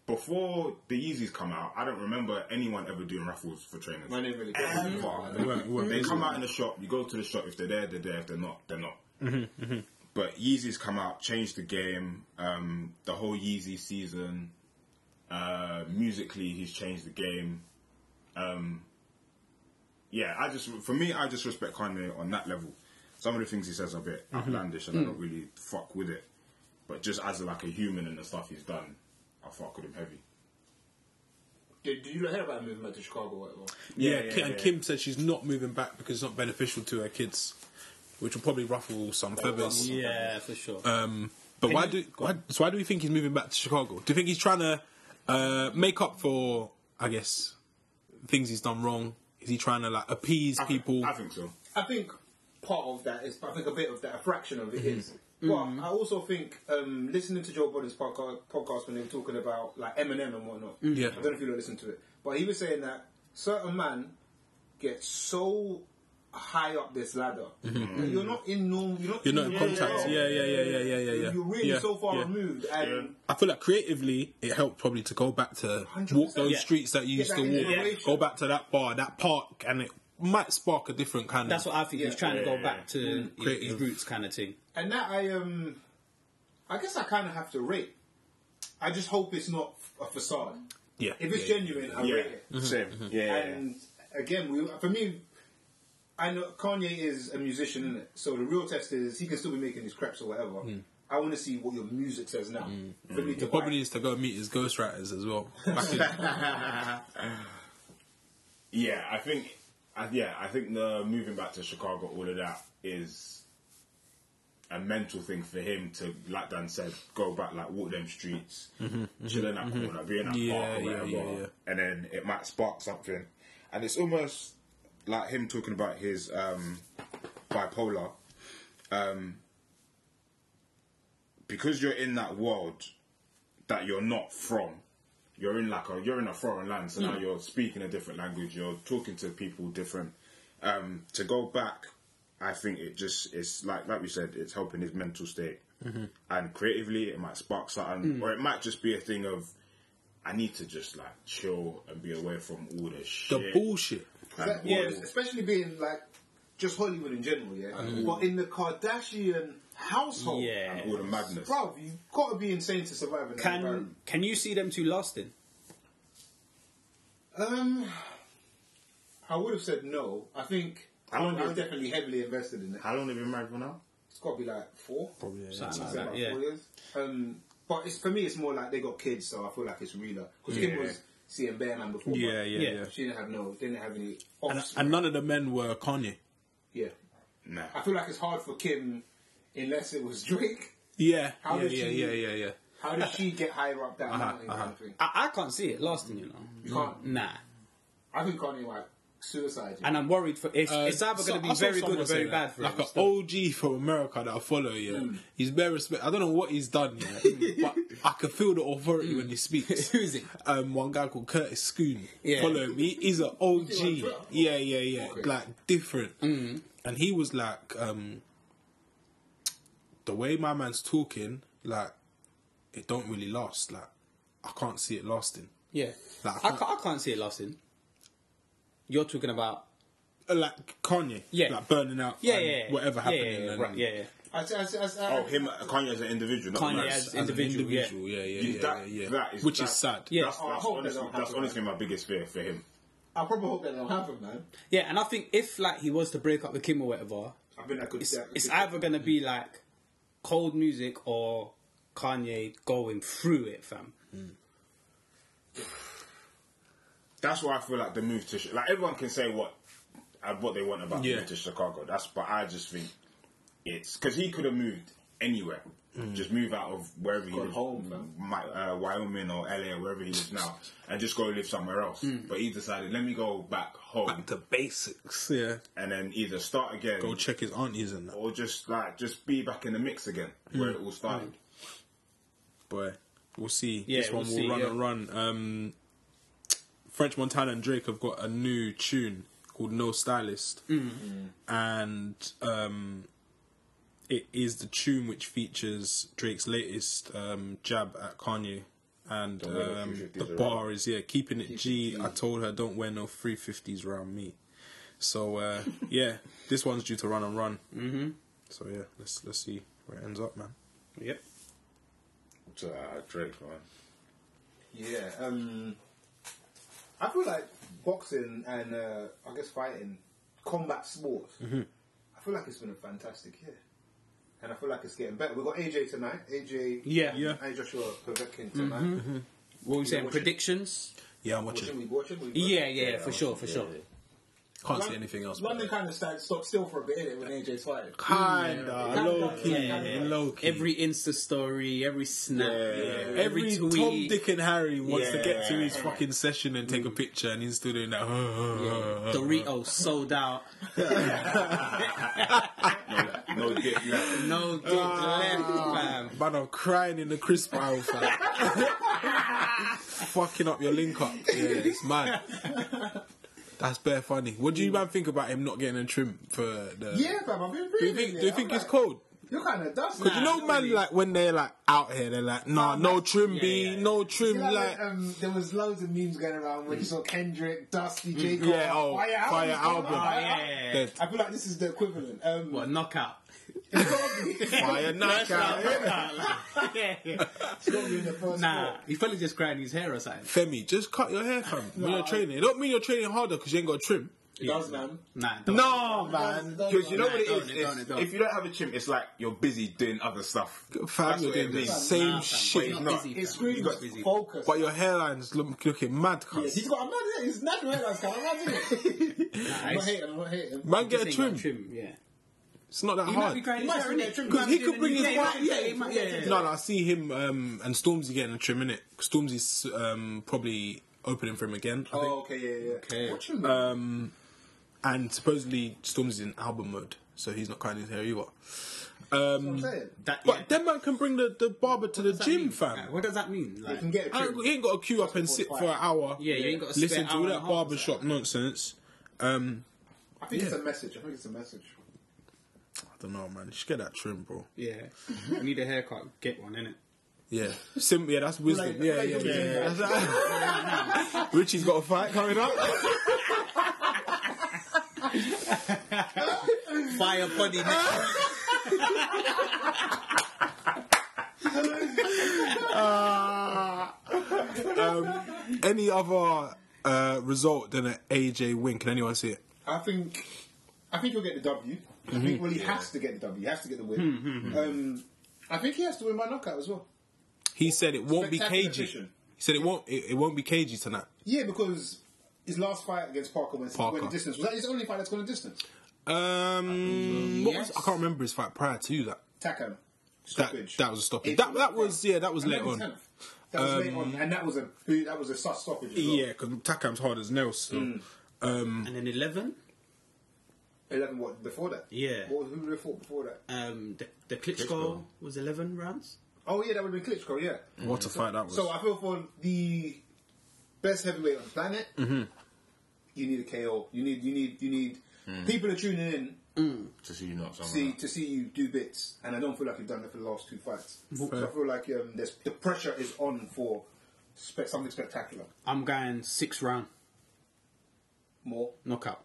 I: before the Yeezys come out, I don't remember anyone ever doing raffles for trainers.
H: Man, they really get it.
I: Ever. They come out in the shop. You go to the shop. If they're there, they're there. If they're not, they're not. Mm-hmm, But Yeezys come out, change the game. Um, the whole Yeezy season, uh, musically, he's changed the game. Um, yeah, I just for me, I just respect Kanye on that level. Some of the things he says are a bit outlandish, and I don't really fuck with it. But just as like a human and the stuff he's done, I fuck with him heavy.
H: Did, did you not hear about him moving back to Chicago? Or whatever?
A: Yeah,
I: yeah,
A: Ki- and
I: yeah.
A: Kim said she's not moving back because it's not beneficial to her kids, which will probably ruffle some feathers.
J: Yeah, for sure.
A: Um, but why do why, so? Why do we think he's moving back to Chicago? Do you think he's trying to uh, make up for, I guess, things he's done wrong? Is he trying to like appease
I: I thi-
A: people?
I: I think so.
H: I think part of that is, I think a bit of that, a fraction of it
A: Mm-hmm.
H: is. But I also think um, listening to Joe Budden's podcast, podcast when they were talking about like Eminem and whatnot.
A: Mm-hmm. Yeah.
H: I don't know if you lot listened to it, but he was saying that certain man gets so high up this ladder that you're not in norm. You're
A: Mm-hmm. You're
H: not,
A: not in
H: norm-
A: contact. Yeah, yeah, yeah, yeah, yeah, yeah. yeah.
H: You're really
A: Yeah,
H: so far
A: yeah.
H: removed, and
A: I feel like creatively it helped probably to go back to
H: 100%.
A: walk those
J: Yeah.
A: streets that you
H: Get
A: used
H: that
A: to walk,
H: inspiration.
A: go back to that bar, that park, and it might spark a different kind
J: That's
A: of.
J: what I think. he's trying to go back to his,
A: Creative.
J: roots, kind of thing.
H: and that I um, I guess I kind of have to rate. I just hope it's not a facade.
A: yeah,
H: If it's
A: yeah,
H: genuine, I
I: Yeah,
H: rate it.
I: same. Yeah, yeah, yeah.
H: And again, we, for me, I know Kanye is a musician, is So the real test is he can still be making his craps or whatever. I want to see what your music says now. For me to
A: He probably
H: buy.
A: needs to go meet his ghostwriters as
H: [laughs]
A: well. Back in,
I: Yeah, I think, I, yeah, I think the moving back to Chicago, all of that is a mental thing for him to, like Dan said, go back, like walk them streets, chill in that corner, be in that
A: Mm-hmm, Yeah,
I: park or
A: yeah,
I: whatever,
A: yeah, yeah.
I: and then it might spark something. And it's almost like him talking about his um, bipolar. Um, because you're in that world that you're not from, you're in like a you're in a foreign land, so
H: Hmm.
I: now you're speaking a different language, you're talking to people different. Um, to go back, I think it just it's like like we said, it's helping his mental state,
H: Mm-hmm.
I: and creatively it might spark something,
H: Hmm.
I: or it might just be a thing of I need to just like chill and be away from all the
A: the
I: shit.
A: bullshit.
I: and
H: That-
I: all
H: yeah, especially being like just Hollywood in general, yeah. But in the Kardashian household,
J: Yeah.
I: and all the madness.
H: bro, you've got to be insane to survive in that
J: Can
H: environment.
J: can you see them two lasting?
H: Um, I would have said no. I think
I: How long
H: I'm
I: they-
H: definitely heavily invested in it.
I: How long have you been married for now?
H: It's got to be like four.
J: Something like
H: It's about
J: that, yeah.
H: four years. Um, but it's for me, it's more like they got kids, so I feel like it's realer. Because
I: Yeah.
H: Kim was seeing Bear Man before.
A: Yeah,
H: but
A: yeah,
J: Yeah.
A: yeah.
H: She didn't have no, didn't have any.
A: And,
H: Offspring.
A: and none of the men were Kanye.
H: yeah,
I: Nah.
H: I feel like it's hard for Kim, unless it was [laughs] Drake.
A: Yeah,
H: How
A: yeah,
H: did
A: yeah,
H: she-
A: yeah, yeah, yeah.
H: How did she get higher up that mountain?
A: uh-huh.
H: kind of thing?
J: I, I can't see it lasting, you know.
H: You can't.
J: Nah.
H: I think Kanye like suicide.
J: And I'm worried for it's,
A: Uh,
J: it's either
A: so-
J: going to
A: I
J: be
A: saw
J: very good
A: someone
J: or
A: say
J: very
A: that.
J: bad for
A: Like
J: him.
A: an OG from America that I follow, yeah.
J: Mm.
A: He's bare respect. I don't know what he's done,
J: [laughs]
A: yeah, but I can feel the authority when he speaks.
J: Who's Mm. it?
A: Um, one guy called Curtis Schoon.
J: Yeah.
A: Follow me. He's an OG. Yeah, yeah, yeah. Like different.
J: Mm.
A: And he was like, um, the way my man's talking, like, it don't really last. Like, I can't see it lasting.
J: Yeah.
A: Like, I
J: I,
A: can't-
J: can't, I can't see it lasting. You're talking about. um,
A: Uh, Like Kanye,
J: Yeah.
A: like burning out,
J: Yeah,
A: and
J: yeah, yeah.
A: whatever
J: Yeah, yeah,
A: happening,
J: yeah,
A: and-
J: right, yeah, yeah.
H: I, I, I, I,
I: Oh, him, Kanye as an individual. Not
J: Kanye
I: Nas.
J: as
A: as an
J: individual, yeah.
A: individual, yeah, yeah, yeah,
I: that,
A: yeah, yeah.
I: that is
A: which
I: is
A: is sad.
J: Yeah.
I: That's,
H: Oh, I
I: that's,
H: hope they
I: honestly,
H: don't have
I: that's
H: to.
I: honestly my biggest fear for him.
J: Oh.
H: I probably hope that don't happen, man.
J: Yeah, and I think if like he was to break up with Kim or whatever,
H: I think that could.
J: it's,
H: that could-
J: it's either going to be like cold music or Kanye going through it, fam.
I: That's why I feel like the move to Chi- like everyone can say what uh, what they want about
A: Yeah.
I: the move to Chicago. That's but I just think it's because he could have moved anywhere. Just move out of wherever he
H: Gone
I: lives,
H: home, man.
I: my, uh, Wyoming or LA or wherever he lives now, and just go live somewhere else. But he decided, let me go back home
A: Back to basics, yeah.
I: and then either start again
A: Go check his aunties and that,
I: or just like just be back in the mix again where it all started.
A: boy. We'll see.
J: Yeah,
A: this one
J: we'll
A: will
J: see,
A: run
J: yeah.
A: and run. Um, French Montana and Drake have got a new tune called No Stylist,
J: Mm.
A: and um, it is the tune which features Drake's latest um, jab at Kanye. And
I: wear no
A: um,
I: 350s
A: the
I: around.
A: bar is yeah, keeping it G. I told her don't wear no three fifties around me. So
J: [laughs]
A: uh, yeah, this one's due to run and run. Mm-hmm. So yeah, let's let's see where it ends up, man.
J: Yep.
I: To uh, Drake, man.
H: Yeah, um, I feel like boxing and uh, I guess fighting, combat sports.
A: Mm-hmm.
H: I feel like it's been a fantastic year, and I feel like it's getting better. We've got AJ tonight. AJ,
J: Yeah.
A: Yeah. Mm-hmm.
H: AJ Joshua Povetkin tonight.
J: What were you saying?
H: watch it.
J: Predictions?
A: Yeah, I'm watching.
H: Watching, we watching, we
J: Yeah, yeah, for sure, for sure.
A: Can't see anything else.
H: London kind of stand, stopped still for a bit innit, when AJ's fighting.
A: Kinda low key,
J: Yeah, yeah.
A: low key.
J: Every Insta story, every snap, every,
A: Every
J: tweet.
A: Tom, Dick, and Harry wants to get to his
I: Yeah.
A: fucking session and take a picture, and he's still doing that.
J: Doritos sold out.
I: No, no dick left.
J: No dick left, fam.
A: [laughs] Man, I'm crying in the crisp aisle, fam. [laughs] Fucking up your link up. Yeah, it's mad. [laughs] That's bare funny. What do you man think about him not getting a trim for the?
H: Yeah, fam, I've been
A: Do you
H: reading
A: think?
H: it.
A: Do you
H: I'm
A: think it's
H: like,
A: cold?
H: You're kind of dust.
A: Because you know, man, like when they're like out here, they're like, nah, no trim, B, no trim,
H: Yeah,
A: like.
H: um, there was loads of memes going around when you saw Kendrick, Dusty, J. Cole,
A: yeah, oh, Fire
H: albums coming
A: album.
H: out, Fire
A: Oh,
H: album.
J: yeah.
A: Dead.
H: I feel like this is the equivalent. Um,
J: What, knockout?
H: [laughs] It's gotta [laughs] be- it's
A: Fire knockout.
J: yeah,
H: [laughs]
J: yeah.
H: gotta be in the first
J: Nah,
H: four.
J: he probably just grinding his hair or something.
A: Femi, just cut your hair, fam. When you're training, it don't mean you're training harder because you ain't got a trim.
H: It does, man.
J: Nah, don't.
A: No,
H: man.
I: Because you know
J: Nah,
I: what it
J: don't,
I: is?
J: it
I: It's-
J: don't, it don't.
I: If you don't have a chimp, it's like you're busy doing other stuff.
A: fam,
I: That's
A: you're
I: what it
A: doing the
I: means.
A: same
J: Nah, fam,
A: shit.
J: but he's
I: not.
J: busy,
H: It's
J: fam.
H: really
J: He's
H: got
J: not busy.
H: focus.
A: But your hairline's look, looking mad,
H: Yes,
A: cuz.
H: he's got a mad He's mad right now, so I'm not [laughs] hating him. I'm not
J: Nice.
H: hating. I'm not hating.
A: Man,
J: Just
A: get a
J: ain't got
A: trim.
J: yeah.
A: It's not that
J: He might be
A: hard.
J: grinding
H: He
J: his
H: might
J: hair,
H: be
J: innit?
H: trim.
A: Because he could bring his
J: Yeah, he
A: wife.
J: might- yeah, he might- yeah, yeah.
A: No, no, I see him um, and Stormzy getting a trim, innit? Stormzy's um, probably opening for him again, I think.
H: Oh, okay, yeah, yeah.
J: Okay.
H: What you mean?
A: And supposedly Stormzy's in album mode, so he's not cutting his hair either.
H: I'm
A: Um,
H: saying.
J: That-
A: but
J: yeah.
A: then man can bring the, the barber to the
J: What does that
A: gym,
J: mean?
A: fam.
J: Like, What does that mean?
H: You
J: Like,
H: can get a
A: I
H: trim.
A: ain't, he ain't got to queue up and sit for an hour.
J: Yeah, you ain't got to
A: listen
J: spare
A: to
J: hour
A: all
J: and a
A: that
J: half.
A: barbershop nonsense. Um,
H: I think it's
A: Yeah.
H: a message. I think it's a message.
A: I don't know, man. You should get that trim, bro.
J: Yeah, you need a haircut. Get one, innit?
A: Yeah, Sim- yeah, that's wisdom.
H: Like-
A: yeah,
H: like
A: yeah,
H: the
A: yeah, yeah.
H: wisdom.
A: That's right. Richie's got a fight coming up.
J: Fire body. next-
A: Any other uh, result than an AJ win? Can anyone see it?
H: I think I think he'll get the W. I think well he has to get the W. He has to get the win. Um, I think he has to win by knockout as well.
A: He said it won't be
H: Spectacular
A: cagey.
H: efficient.
A: He said it won't it, it won't be cagey tonight.
H: Yeah, because his last fight against Parker went,
A: Parker.
H: went a distance. Was that his only fight that's gone a distance?
A: Um, what was-
H: Yes.
A: I can't remember his fight prior to that.
H: Takan.
A: That,
H: Stoppage.
A: that was a stoppage.
H: It-
A: That that was yeah, that was
H: And
A: late
H: that was
A: on. Um,
H: tenth. That was late on, and that was a that was a sus stoppage. As well.
A: Yeah, because Takam's hard as nails. So.
J: And then 11,
H: eleven what before that?
J: Yeah.
H: What, who did they fought before that?
J: um, the, the Klitschko,
I: Klitschko.
J: was 11 rounds.
H: Oh yeah, that would have been Klitschko. Yeah.
A: Mm-hmm. What a fight that was.
H: So I feel for the best heavyweight on the planet,
A: Mm-hmm.
H: you need a KO. You need you need you need
A: Mm.
H: people are tuning in
I: to see you not
H: to see
I: somewhere.
H: to see you do bits, and I don't feel like you've done it for the last two fights. So I feel like um, there's, the pressure is on for spe- something spectacular.
J: I'm going six round
H: More,
J: [laughs] knockout.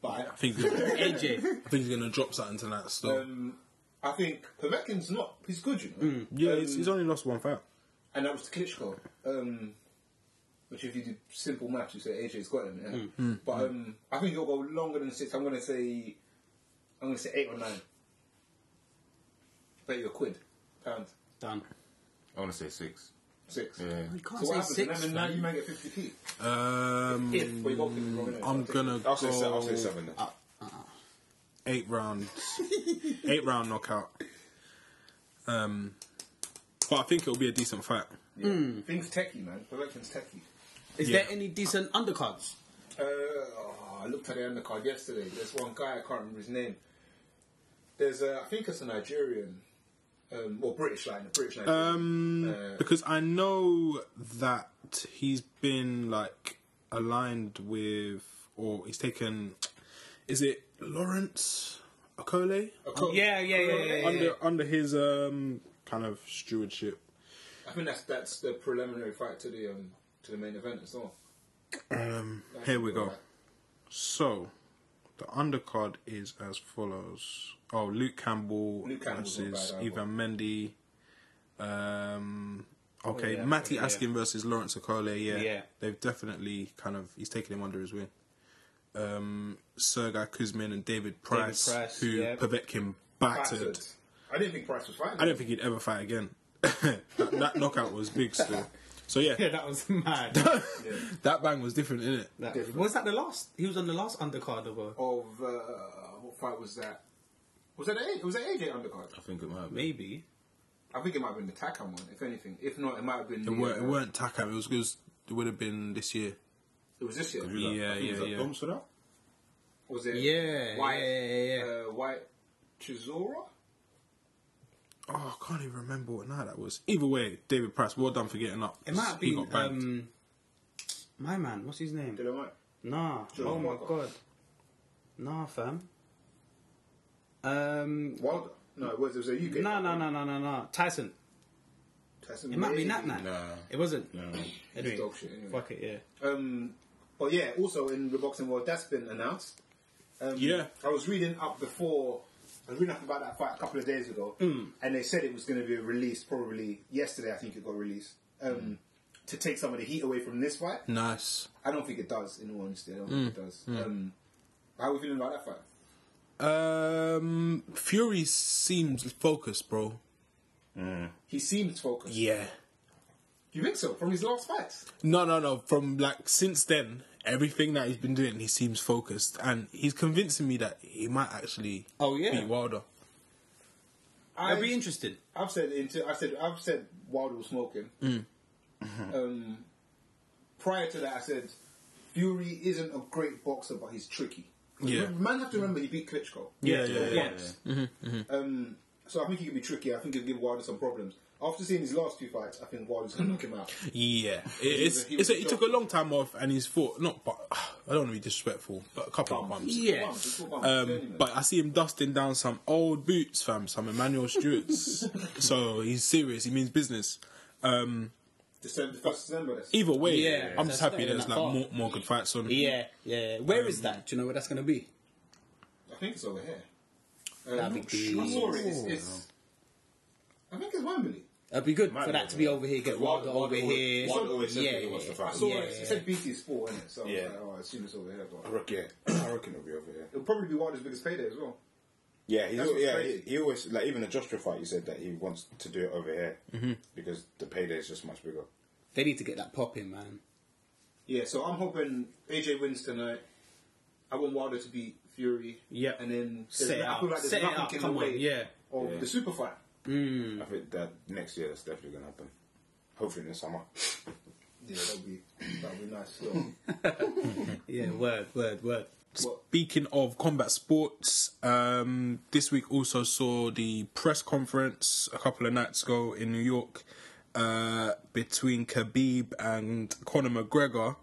H: but
A: think he's gonna-
J: AJ,
A: I think he's gonna drop something tonight. So
H: um, I think Povetkin's not. He's good, you know.
J: Hmm.
A: yeah, he's, he's only lost one fight.
H: and that was to Klitschko. Um, which, if you do simple maths, you say AJ's got him. Yeah?
J: Hmm.
A: Hmm.
H: But um, I think he'll go longer than six. I'm going to say, I'm going to say eight or nine. Bet you a quid, pounds,
J: done.
I: I want to say six.
H: six.
I: Yeah.
J: You can't
H: So what
J: say
H: happens? And
J: six.
H: then now
J: man.
H: you might get fifty p.
A: Um,
H: If we both think we're wrong, innit?
A: I'm
H: Okay.
A: gonna
I: I'll say, se- I'll say
A: go
I: seven then.
A: eight
I: [laughs]
A: rounds, eight round knockout. Um, but I think it'll be a decent fight.
H: Yeah. Things techie, man. Povetkin's techie.
J: Is
A: Yeah.
J: there any decent undercards?
H: Uh, oh, I looked at the undercard yesterday. There's one guy I can't remember his name. There's a, I think it's a Nigerian, um, or British line, a British line.
A: Um,
H: Uh,
A: because I know that he's been like aligned with, or he's taken. Is it Lawrence Okole
J: Yeah, yeah, yeah, yeah, yeah.
A: under under his um kind of stewardship?
H: I think that's that's the preliminary fight to the um, to the main event as well.
A: Here we go. So, the undercard is as follows. Oh, Luke Campbell
H: Luke Campbell's
A: versus
H: not bad either.
A: Ivan Mendy. Um, okay, Matty Askin versus Lawrence Okole. Yeah,
J: Yeah.
A: they've definitely kind of he's taken him under his wing. Um, Sergei Kuzmin and David Price,
J: Price,
A: who
J: yeah.
A: Povetkin battered.
H: Battered. I didn't think Price was fighting.
A: I don't think he'd ever fight again. [laughs] that, that knockout was big still. So yeah,
J: Yeah, [laughs] that was mad.
A: [laughs] that bang was different, innit?
J: That- was that the last? He was on the last undercard of a.
H: of uh, what fight was that? Was that the, A- was that AJ undercard?
I: I think it might be.
J: Maybe.
H: I think it might have been the Takan one, if anything. If not, it might have been.
A: It,
H: the,
A: weren't, it
H: uh,
A: weren't Takam. It was, it was it would have been this year.
H: It was this year.
A: Yeah, yeah,
I: Is that
A: yeah.
I: bumps for that?
H: Was it?
J: Yeah,
H: White,
J: yeah, yeah, yeah.
H: Uh, White Chisora.
A: Oh, I can't even remember what night that was. Either way, David Price, well done for getting up.
J: It might have
A: He
J: been
A: got banged.
J: um, my man. What's his name?
H: Did I right?
J: Nah.
H: Jordan
J: oh my
H: Walker.
J: god. Nah, fam. Um.
H: Wilder. No, it was. It was a UK.
J: No, no, no, no, no, no. Tyson.
H: Tyson
J: It might be
H: Maybe.
J: Nat Nat.
I: Nah.
J: It wasn't.
I: No.
J: Anyway,
H: Dog shit, anyway.
J: Fuck it, yeah.
H: Um, but yeah, also in the boxing world, that's been announced. Um,
A: Yeah.
H: I was reading up before. I was reading up about that fight a couple of days ago,
J: Mm.
H: and they said it was going to be released probably yesterday. I think it got released um,
J: Mm.
H: to take some of the heat away from this fight.
A: nice.
H: I don't think it does. In all honesty, I don't think
J: Mm.
H: it does. Um, how are we feeling about that fight?
A: Um, Fury seems focused, bro.
H: He seems focused.
A: Yeah.
H: You think so? From his last fights,
A: No, no, no. From like since then, everything that he's been doing, he seems focused, and he's convincing me that he might actually
J: Oh, yeah.
A: beat Wilder.
J: It'll be interesting.
H: I've said into. I said I've said Wilder was smoking.
J: Mm.
H: [laughs] um, prior to that, I said Fury isn't a great boxer, but he's tricky.
A: Yeah.
H: man, have to remember he beat Klitschko.
A: Yeah, yeah, yeah.
J: Mm-hmm,
H: Um, so I think he can be tricky. I think he'll give Wilder some problems. After seeing his last two fights, I think Wilder's gonna knock him
J: [laughs]
H: out.
A: Yeah, it's,
H: He
A: it's
H: was a
A: a, he took a
H: joker.
A: long time off, and he's fought not, but I don't want to be disrespectful, but a couple of bumps.
J: Oh, Yeah.
A: Um, but I see him dusting down some old boots, fam, some Emmanuel
J: [laughs]
A: Stewart's. so he's serious. He means business. Um,
H: December first December. that's-
A: either way,
J: Yeah,
A: I'm
J: that's
A: just happy
J: not
A: there's
J: that
A: like
J: far.
A: more, more good fights on.
J: Yeah, yeah. Where is that? Do you know where that's going to be?
H: I think it's over here.
J: That'd
H: Um,
J: be good.
H: I'm sorry. It's, it's, I think it's Wembley.
J: It'd be good
I: Might be
J: for that to
I: over
J: be
I: there.
J: over here, get
I: Wilder-
J: Wilder,
I: Wilder
J: over
I: always-
J: here.
I: Wilder always says
J: yeah,
I: that he wants to
H: I
I: fight.
H: saw
J: yeah,
H: it. It said BT Sport, innit? So I
I: Yeah.
H: was like, oh, I assume it's over here. But
I: I reckon, [clears throat] I reckon it'll be over here.
H: it'll probably be Wilder's biggest payday as well.
I: Yeah, he's,
H: That's what's
I: yeah. He,
H: crazy.
I: he Mm-hmm. always like even a Joshua fight. He said that he wants to do it over here because the payday is just much bigger.
J: They need to get that popping, man.
H: Yeah, so I'm hoping AJ wins tonight. I want Wilder to beat Fury.
J: Yeah.
H: And then there's-
J: Set it
H: I feel
J: up.
H: like there's
J: Set it
H: nothing
J: up.
H: can
J: Come
H: away
J: on. Yeah.
H: Of the super fight.
I: I think that next year that's definitely gonna happen. Hopefully in the summer.
H: Yeah, that'd be that'd be nice. So,
J: Yeah. Word. Word. Word.
A: Speaking of combat sports, um, this week also saw the press conference a couple of nights ago in New York uh, between Khabib and Conor McGregor.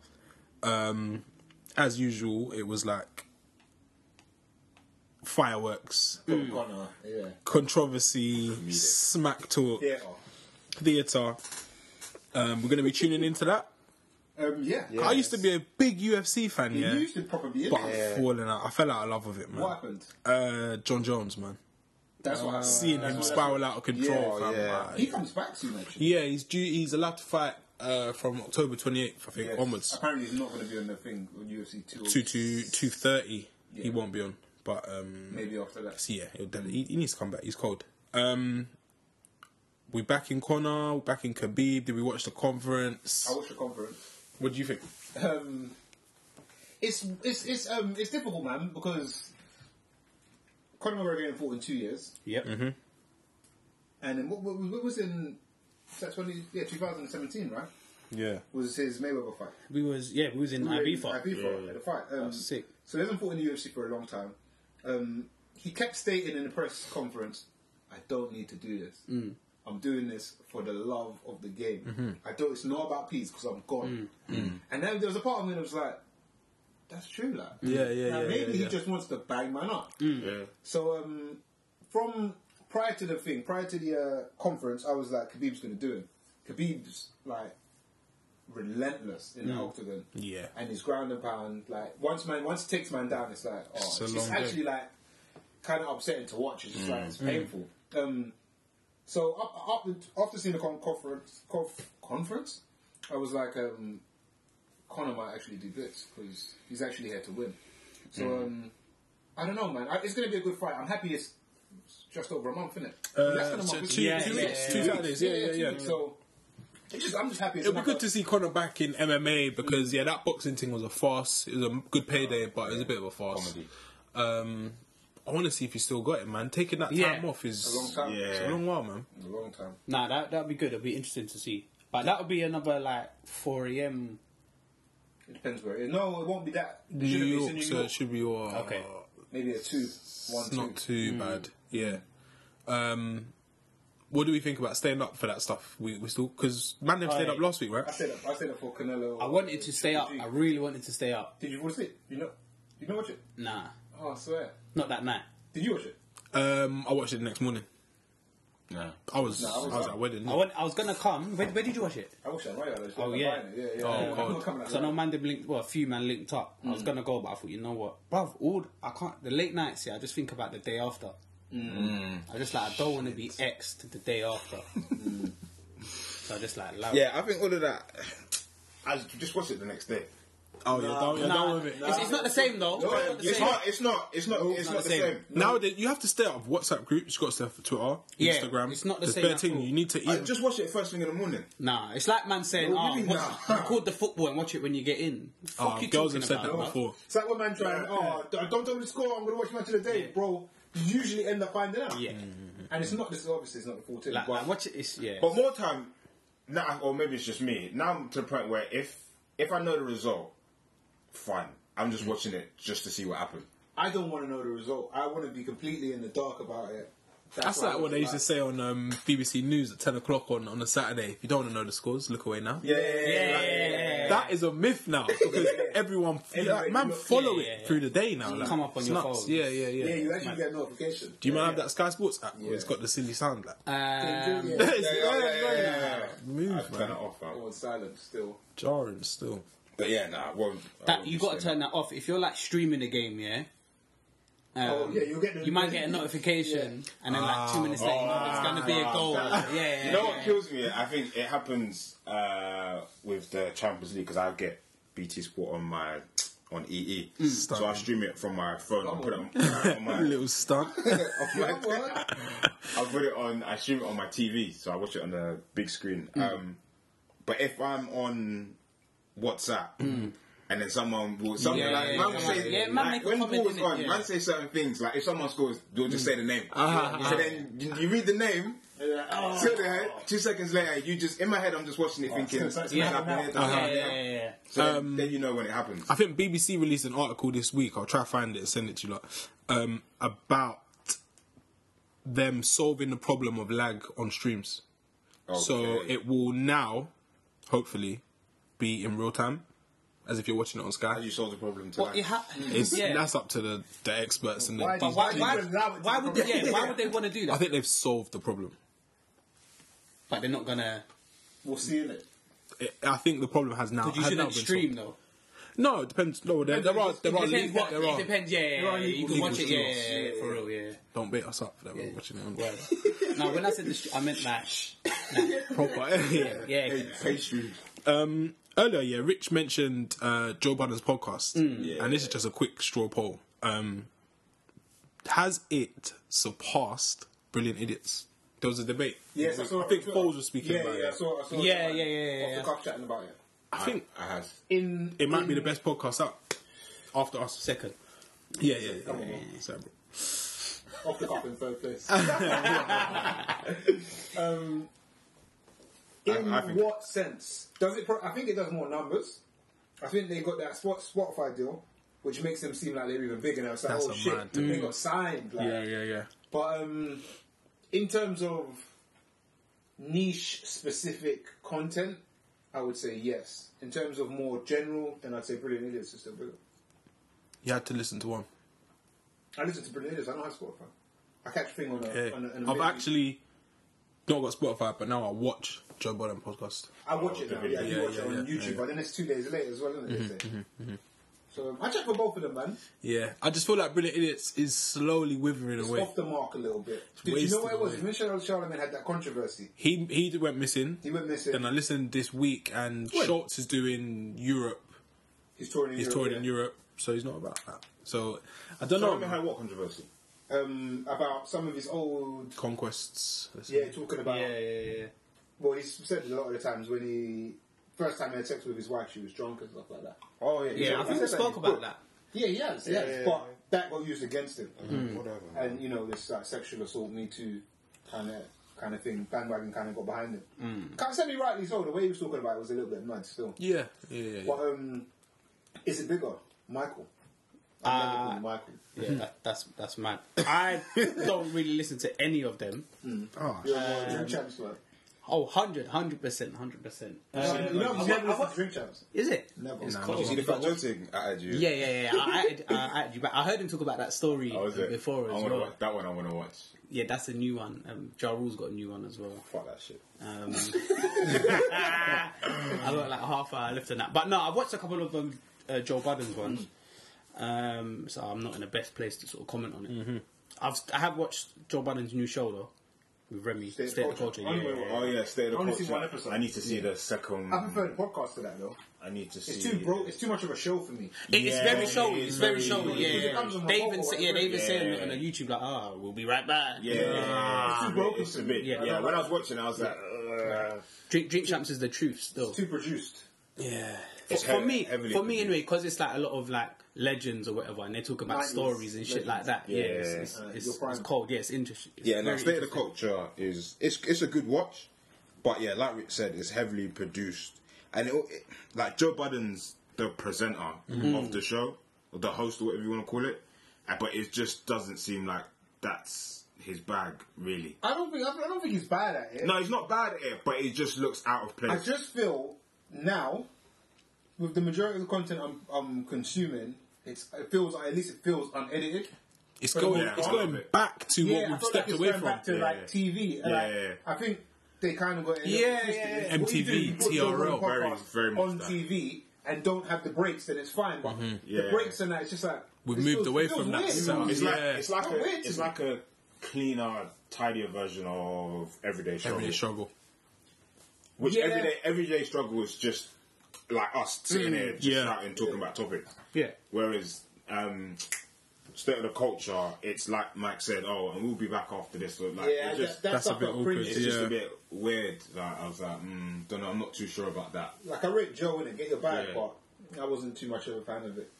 A: Um, as usual, it was like fireworks,
H: Connor, yeah. Oh.
A: controversy, smack talk,
H: Yeah.
A: theatre. Um, we're going to be tuning into that.
H: Um, yeah.
A: I used to be a big UFC fan,
H: You
A: yeah,
H: used to probably.
A: but I've fallen out. I fell out of love with it, man.
H: What happened?
A: Uh, John Jones, man.
H: That's what I
A: Seeing him spiral out of control.
H: Yeah,
A: fam,
C: yeah.
A: like-
H: He comes back too much.
A: yeah, he's due. He's allowed to fight uh, from October 28th, I think, onwards.
H: Apparently, he's not going to be on the thing on UFC two.
A: Two to two thirty. He
H: Yeah.
A: won't be on, but um,
H: Maybe after that.
A: so yeah, he'll definitely, he, he needs to come back. He's cold. Um, we back in Connor. We're back in Khabib. Did we watch the conference?
H: I watched the conference.
A: What do you think?
H: um, it's it's it's um it's difficult, man, because Conor McGregor fought in two years,
J: Yep.
H: and then what, what, what was in was that 20, yeah 2017, right?
A: Yeah,
H: Was his Mayweather fight?
J: We was yeah. We was in
H: Mayweather-
J: Ibiza.
H: Ibiza, the fight. Um,
J: was sick.
H: So he hasn't fought in the UFC for a long time. Um, he kept stating in the press conference, "I don't need to do this.
J: Mm.
H: I'm doing this for the love of the game.
J: Mm-hmm.
H: I don't. It's not about peace because I'm gone."
J: Mm.
H: And then there was a part of me that was like, "That's true, like,
A: yeah, yeah,
H: now,
A: yeah.
H: maybe
A: yeah,
H: he
A: yeah. Mm.
H: just wants to bang man up.
A: Yeah.
H: So um, from prior to the thing, prior to the uh, conference, I was like, Khabib's going to do it. Khabib's like relentless in the octagon.
A: Mm. Yeah.
H: and his ground and pound. Like once man, once he takes man down, it's like oh,
A: It's
H: it's,
A: a
H: just
A: long Mm.
H: actually like kind of upsetting to watch. It's just like it's painful. Um, so up, up, after seeing the con- conference, conf- conference, I was like, um, Connor might actually do this because he's actually here to win. So
J: Hmm.
H: um, I don't know, man. I, it's going to be a good fight. I'm happy it's just over a month, isn't it? Less than a
A: Uh, so
H: month.
A: two-
H: isn't it?
A: two
H: Yeah,
A: weeks,
H: yeah,
A: two
H: yeah.
A: Saturdays, yeah, yeah,
H: two
A: yeah.
H: weeks. So it's just, I'm just happy. It's
A: It'll be
H: another-
A: good to see Conor back in MMA because yeah, that boxing thing was a farce. It was a good payday, but it was a bit of a farce. Um, I want to see if he's still got it, man. Taking that time
J: Yeah.
A: off is
H: A long time.
A: Yeah.
H: Yeah.
A: It's a long while, man.
H: a long time.
J: Nah, that that'd be good. It'd be interesting to see. But that would be another like 4 a.m.
H: It depends where. It is. No, it won't be that.
A: New
H: Shouldn't be- it's
A: York,
H: in New
A: so it should be all
J: Okay.
H: Maybe a two, one,
A: It's
H: two.
A: not too bad. Yeah. Um, what do we think about staying up for that stuff? We we still because man, them stayed
J: Aye.
A: up last week, right?
H: I said that. I said that for Canelo.
J: I wanted to stay up. I really wanted to stay up.
H: Did you watch it? You know, you know watch it.
J: Nah,
H: Oh, I swear.
J: not that night.
H: Did you watch it?
A: Um, I watched it the next morning.
I: Yeah.
A: I was
H: No, I
A: I
H: was
A: was
H: up.
A: at a wedding.
J: I went, I was gonna come. Where, where did you watch it?
H: I watched it. Right, I was
J: Oh, yeah.
H: yeah, yeah.
A: Oh,
H: yeah.
A: God.
H: [laughs] I'm not coming out
J: So I know
H: right.
J: man them linked. Well, a few man linked up. I was gonna go, but I thought, you know what, bruv, all I can't. The late nights, yeah. I just think about the day after. I just like I don't want to be exed the day after. so I just like love.
I: Yeah, I think all of that I just watch it the next day.
A: Oh, you're down, you're down
J: Nah,
A: with it.
J: it's, it's not the same though. It's not the
I: It's
J: same.
I: not it's not it's not it's not the same.
A: Now that you have to stay out of WhatsApp groups, you've got to stay off of Twitter,
J: Yeah,
A: Instagram.
J: it's not the
A: There's
J: same
A: bare
J: at
A: thing.
J: all.
A: You need to
I: I
A: eat.
I: just watch it first thing in the morning.
J: Nah, it's like man saying,
I: No,
J: "Ah,
I: really,
J: watch,
I: nah."
J: record the football and watch it when you get in." Fuck
A: Oh,
J: you
A: girls have
J: talking
A: said
J: about,
A: that
J: bruv?
A: before.
H: It's like when man trying. Oh, I don't tell me the score. I'm gonna watch match of the day, bro. You usually end up finding out.
J: Yeah.
H: And it's not. This is obviously it's not the full thing.
J: Like,
H: but
J: like, watch it. It's yeah.
I: But more time now or maybe it's just me. Now I'm to the point where if if I know the result, fine. I'm just watching it just to [clears throat] see what happened.
H: I don't want to know the result. I want to be completely in the dark about it.
A: That's
H: what I
A: like what
H: want
A: they used
H: like.
A: to say on um, BBC News at 10 o'clock on, on a Saturday. If you don't want to know the scores, look away now.
I: Yeah, yeah, yeah.
A: That is a myth
J: [laughs]
A: now because everyone, like, man,
H: look-
A: follow
J: yeah,
A: it
J: yeah, yeah.
A: through the day now. Like,
J: come up on
A: it's
J: your
A: nuts.
J: phone.
A: Yeah, yeah, yeah.
H: Yeah, you actually get a notification.
A: Do you mind have that Sky Sports app? It's got the silly sound. Like,
J: Um,
H: Yeah.
A: [laughs] It's-
I: yeah, yeah, yeah,
A: yeah,
I: yeah, yeah.
A: Move,
I: I'd turn it
A: man.
I: off now.
H: On silent still.
A: Jarring still.
I: But yeah, nah, I won't, I
J: that
I: won't
J: you
I: be
J: got to
I: saying
J: turn that off if you're like streaming a game. Yeah. Um,
H: Oh, yeah, you'll get the-
J: you might get a notification, and then like two minutes later, it's gonna be a goal. yeah, yeah,
I: You know
J: yeah.
I: what kills me? I think it happens uh, with the Champions League because I get BT Sport on my on EE, so I stream it from my phone. I put it on, uh, on [laughs] my,
A: Little stunt.
J: [laughs]
I: on my- [laughs]
J: Hmm.
I: I put it on. I stream it on my TV, so I watch it on the big screen. Um, But if I'm on WhatsApp and then someone will something
J: Hmm. Yeah,
I: like
J: yeah,
I: man
J: yeah,
I: will say
J: yeah. Yeah, man
I: like,
J: make a
I: when
J: comment,
I: ball is
J: innit?
I: on,
J: Yeah.
I: man say certain things. Like if someone scores, you'll just say the name.
J: Uh-huh,
I: so then you, you read the name. So there, two seconds later, you just in my head, I'm just watching it
J: Oh. [laughs]
I: thinking,
F: so it's
I: yeah,
F: now-
I: happened here,
J: Yeah,
I: that's happened
J: yeah,
I: here.
J: yeah, Uh-huh. yeah. Um,
I: So
J: uh,
I: then, then you know when it happens.
A: I think BBC released an article this week. I'll try to find it and send it to you lot um, about them solving the problem of lag on streams. So
I: Okay.
A: it will now, hopefully, be in real time, as if you're watching it on Sky.
I: you solve the problem to
J: But
I: that.
J: it ha-
A: It's,
J: yeah.
A: That's up to the, the experts and the.
J: But why, why, why would they, yeah, why would they want to do
A: I
J: that?
A: think they've solved the problem.
J: But they're not gonna.
H: We'll see in it.
A: It, I think the problem has now.
J: But you
A: has now
J: shouldn't
A: been
J: stream
A: solved.
J: though.
A: No, it depends. No, there, there are there are
J: it depends.
A: legal,
J: What,
A: there
J: it
A: are.
J: depends. Yeah, yeah, yeah. You can
A: legal
J: watch it. Yeah,
A: streams.
J: yeah, yeah, for real. Yeah.
A: Don't bait us up for that. We're watching it on
J: [laughs] now, when I said the str- I meant that.
A: proper. [laughs] yeah.
J: Yeah.
A: Um, earlier, yeah, Rich mentioned uh, Joe Biden's podcast, and this is just a quick straw poll. Um, has it surpassed Brilliant Idiots? There was a debate.
H: Yes, I saw
A: I think
H: it
A: Foles
H: on Twitter.
A: was speaking
H: Yeah,
A: about
H: yeah, I
A: it.
H: saw, I saw
J: Yeah,
H: someone
J: yeah, yeah, yeah, yeah.
H: Off the cuff chatting about it.
A: I think
I: I has.
H: In
A: it might be the best podcast out after us.
J: Second.
A: Yeah, yeah, yeah. yeah, yeah. So,
H: off the cuff in third place. [laughs] um, in
I: I think-
H: what sense does it? Pro- I think it does more numbers. I think they got that Spot- Spotify deal, which makes them seem like they're even bigger now. It's like,
A: That's
H: oh
A: a
H: shit,
A: mad
H: they
A: deal.
H: got signed. Like,
A: yeah, yeah, yeah.
H: But um, in terms of niche specific content, I would say yes. In terms of more general, then I'd say Brilliant Idiots is still bigger.
A: You had to listen to one.
H: I listen to Brilliant Idiots. I don't have Spotify. I catch thing on a.
A: Yeah.
H: On a, on a
A: I've
H: midweek.
A: actually not got Spotify, but now I watch Joe Biden podcast.
H: I watch it now. Yeah, you
A: Yeah,
H: watch
A: yeah,
H: it on
A: yeah, Mm-hmm,
H: YouTube,
A: yeah.
H: but then it's two days later as well, isn't it? they say? So um, I check for both of them, man.
A: Yeah, I just feel like Brilliant Idiots is slowly withering
H: It's
A: away.
H: off the mark a little bit. Did you
A: wasted
H: know what it was?
A: away.
H: Michel Charlemagne had that controversy.
A: He he went missing.
H: He went missing.
A: Then I listened this week, and Schultz is doing Europe.
H: He's touring in
A: He's
H: Europe.
A: touring in
H: yeah.
A: Europe, so he's not about that. So I don't
I: No,
A: know.
I: remember how what controversy?
H: Um, about some of his old.
A: Conquests.
H: Yeah, talking about.
J: Yeah, yeah, yeah.
H: Well, he's said a lot of the times when he. First time he had sex with his wife, she was drunk and stuff like that.
I: Oh yeah,
J: Yeah, I think we spoke about that.
H: Yeah, he has, yeah,
I: yeah, Mm-hmm.
H: But that got used against him.
J: Mm.
I: Whatever.
H: and you know this like, sexual assault me too kind of kind of thing bandwagon kind of got behind him mm. said me rightly so the way he was talking about it was a little bit mad still
A: Yeah, yeah, yeah. yeah.
H: but um is it bigger Michael I'm
J: Uh,
H: never calling Michael
J: Yeah, that, that's that's mad. [laughs] I don't really listen to any of them.
H: you're more
J: um,
H: drink champs like
J: Oh, 100 percent, hundred percent. Uh,
H: you know I've never listened to drink champs
J: Is it?
H: never
J: It's
H: Nah,
J: cold.
I: You see the fat Joe thing I had you.
J: Yeah, yeah, yeah. I, I, I, I, I heard him talk about that story
I: Oh, is it? I
J: before as
I: want to
J: well.
I: watch that one. I want to watch.
J: Yeah, that's a new one. Um, ja Rule's got a new one as well.
I: Fuck that shit.
J: Um, [laughs] I got like half hour left on that. But no, I've watched a couple of um, uh, Joe Biden's ones. Um, so I'm not in the best place to sort of comment on it.
I: Mm-hmm.
J: I've I have watched Joe Biden's new show though with Remy
H: of
J: State, of
H: Culture.
J: Culture. yeah, yeah, yeah.
I: Oh yeah, stay the
H: I only seen
I: culture.
H: one episode.
I: I need to see the second.
H: I prefer the podcast to that though
I: I need to see.
H: it's too bro it's too much of a show for me
J: It- it's
I: Yeah,
J: very
I: it
J: showy.
I: is
J: It's very
I: very-
J: showy. Yeah,
H: It
J: yeah.
H: becomes a
J: They even
H: novel,
J: say, yeah, they even
I: yeah.
J: say on the- on the YouTube like, ah, we'll be right back.
I: Yeah, it's
H: too broken.
I: It's a bit.
J: Yeah.
I: Yeah, when I was watching, I was like, uh,
J: Drink, drink champs is the truth still.
H: too produced
J: Yeah.
I: It's
J: for
I: heavy-
J: me,
I: heavily
J: for me
I: produced.
J: anyway, because it's like a lot of like legends or whatever, and they talk about
H: 90s
J: stories and shit like that. Yeah,
I: Yeah.
J: it's, it's,
H: Uh,
J: it's,
H: your prime.
J: it's cold. Yeah, it's interesting. It's
I: yeah. No,
J: very
I: state of the
J: interesting.
I: culture is it's it's a good watch, but yeah, like Rich said, it's heavily produced, and it, it like Joe Budden's the presenter
A: Mm-hmm.
I: of the show, or the host, or whatever you want to call it, uh, but it just doesn't seem like that's his bag really.
H: I don't think I don't think he's bad at it
I: No, he's not bad at it, but it just looks out of place.
H: I just feel now, with the majority of the content I'm, I'm consuming, it's, it feels at least it feels unedited.
A: it's going.
I: yeah,
A: it's
I: I
A: going
I: love it.
A: back to
H: Yeah,
A: what
H: I
A: we've
H: feel
A: stepped
H: like it's
A: away
H: going
A: from.
H: back to
I: Yeah,
H: like
I: yeah.
H: TV. and,
I: Yeah,
H: like,
I: yeah.
H: I think they kind of got a little
J: Yeah,
H: twisted.
J: yeah,
H: What
J: yeah.
H: you
A: MTV,
H: do, you put Joe
A: TRL.
H: Rogan
I: Very,
H: podcast
I: very much
H: on
I: that.
H: TV and don't have the breaks, then it's fine. But the
I: Yeah.
H: breaks and that, it's just like
A: We've
H: it
A: moved
H: feels-
A: away
H: it feels
A: from that
H: weird.
A: sound.
I: It's like
A: Yeah.
I: it's like
H: Oh,
I: a,
H: wait.
I: it's like a cleaner, tidier version of everyday struggle.
A: Everyday struggle.
I: Which
H: Yeah.
I: everyday everyday struggle is just like us sitting there just
A: Mm. yeah.
I: shouting, talking about topics.
J: Yeah.
I: Whereas um, state of the culture, it's like Mike said, oh, and we'll be back after this. So, like,
H: Yeah,
I: it's
H: that,
I: just,
H: that
A: that's a
H: stuff
A: bit
H: got
A: awkward,
H: cringy.
I: it's just
A: Yeah.
I: a bit weird. Like, I was like, mm, don't know, I'm not too sure about that.
H: Like I read Joe in it, get your bag,
I: Yeah.
H: but I wasn't too much of a fan of it,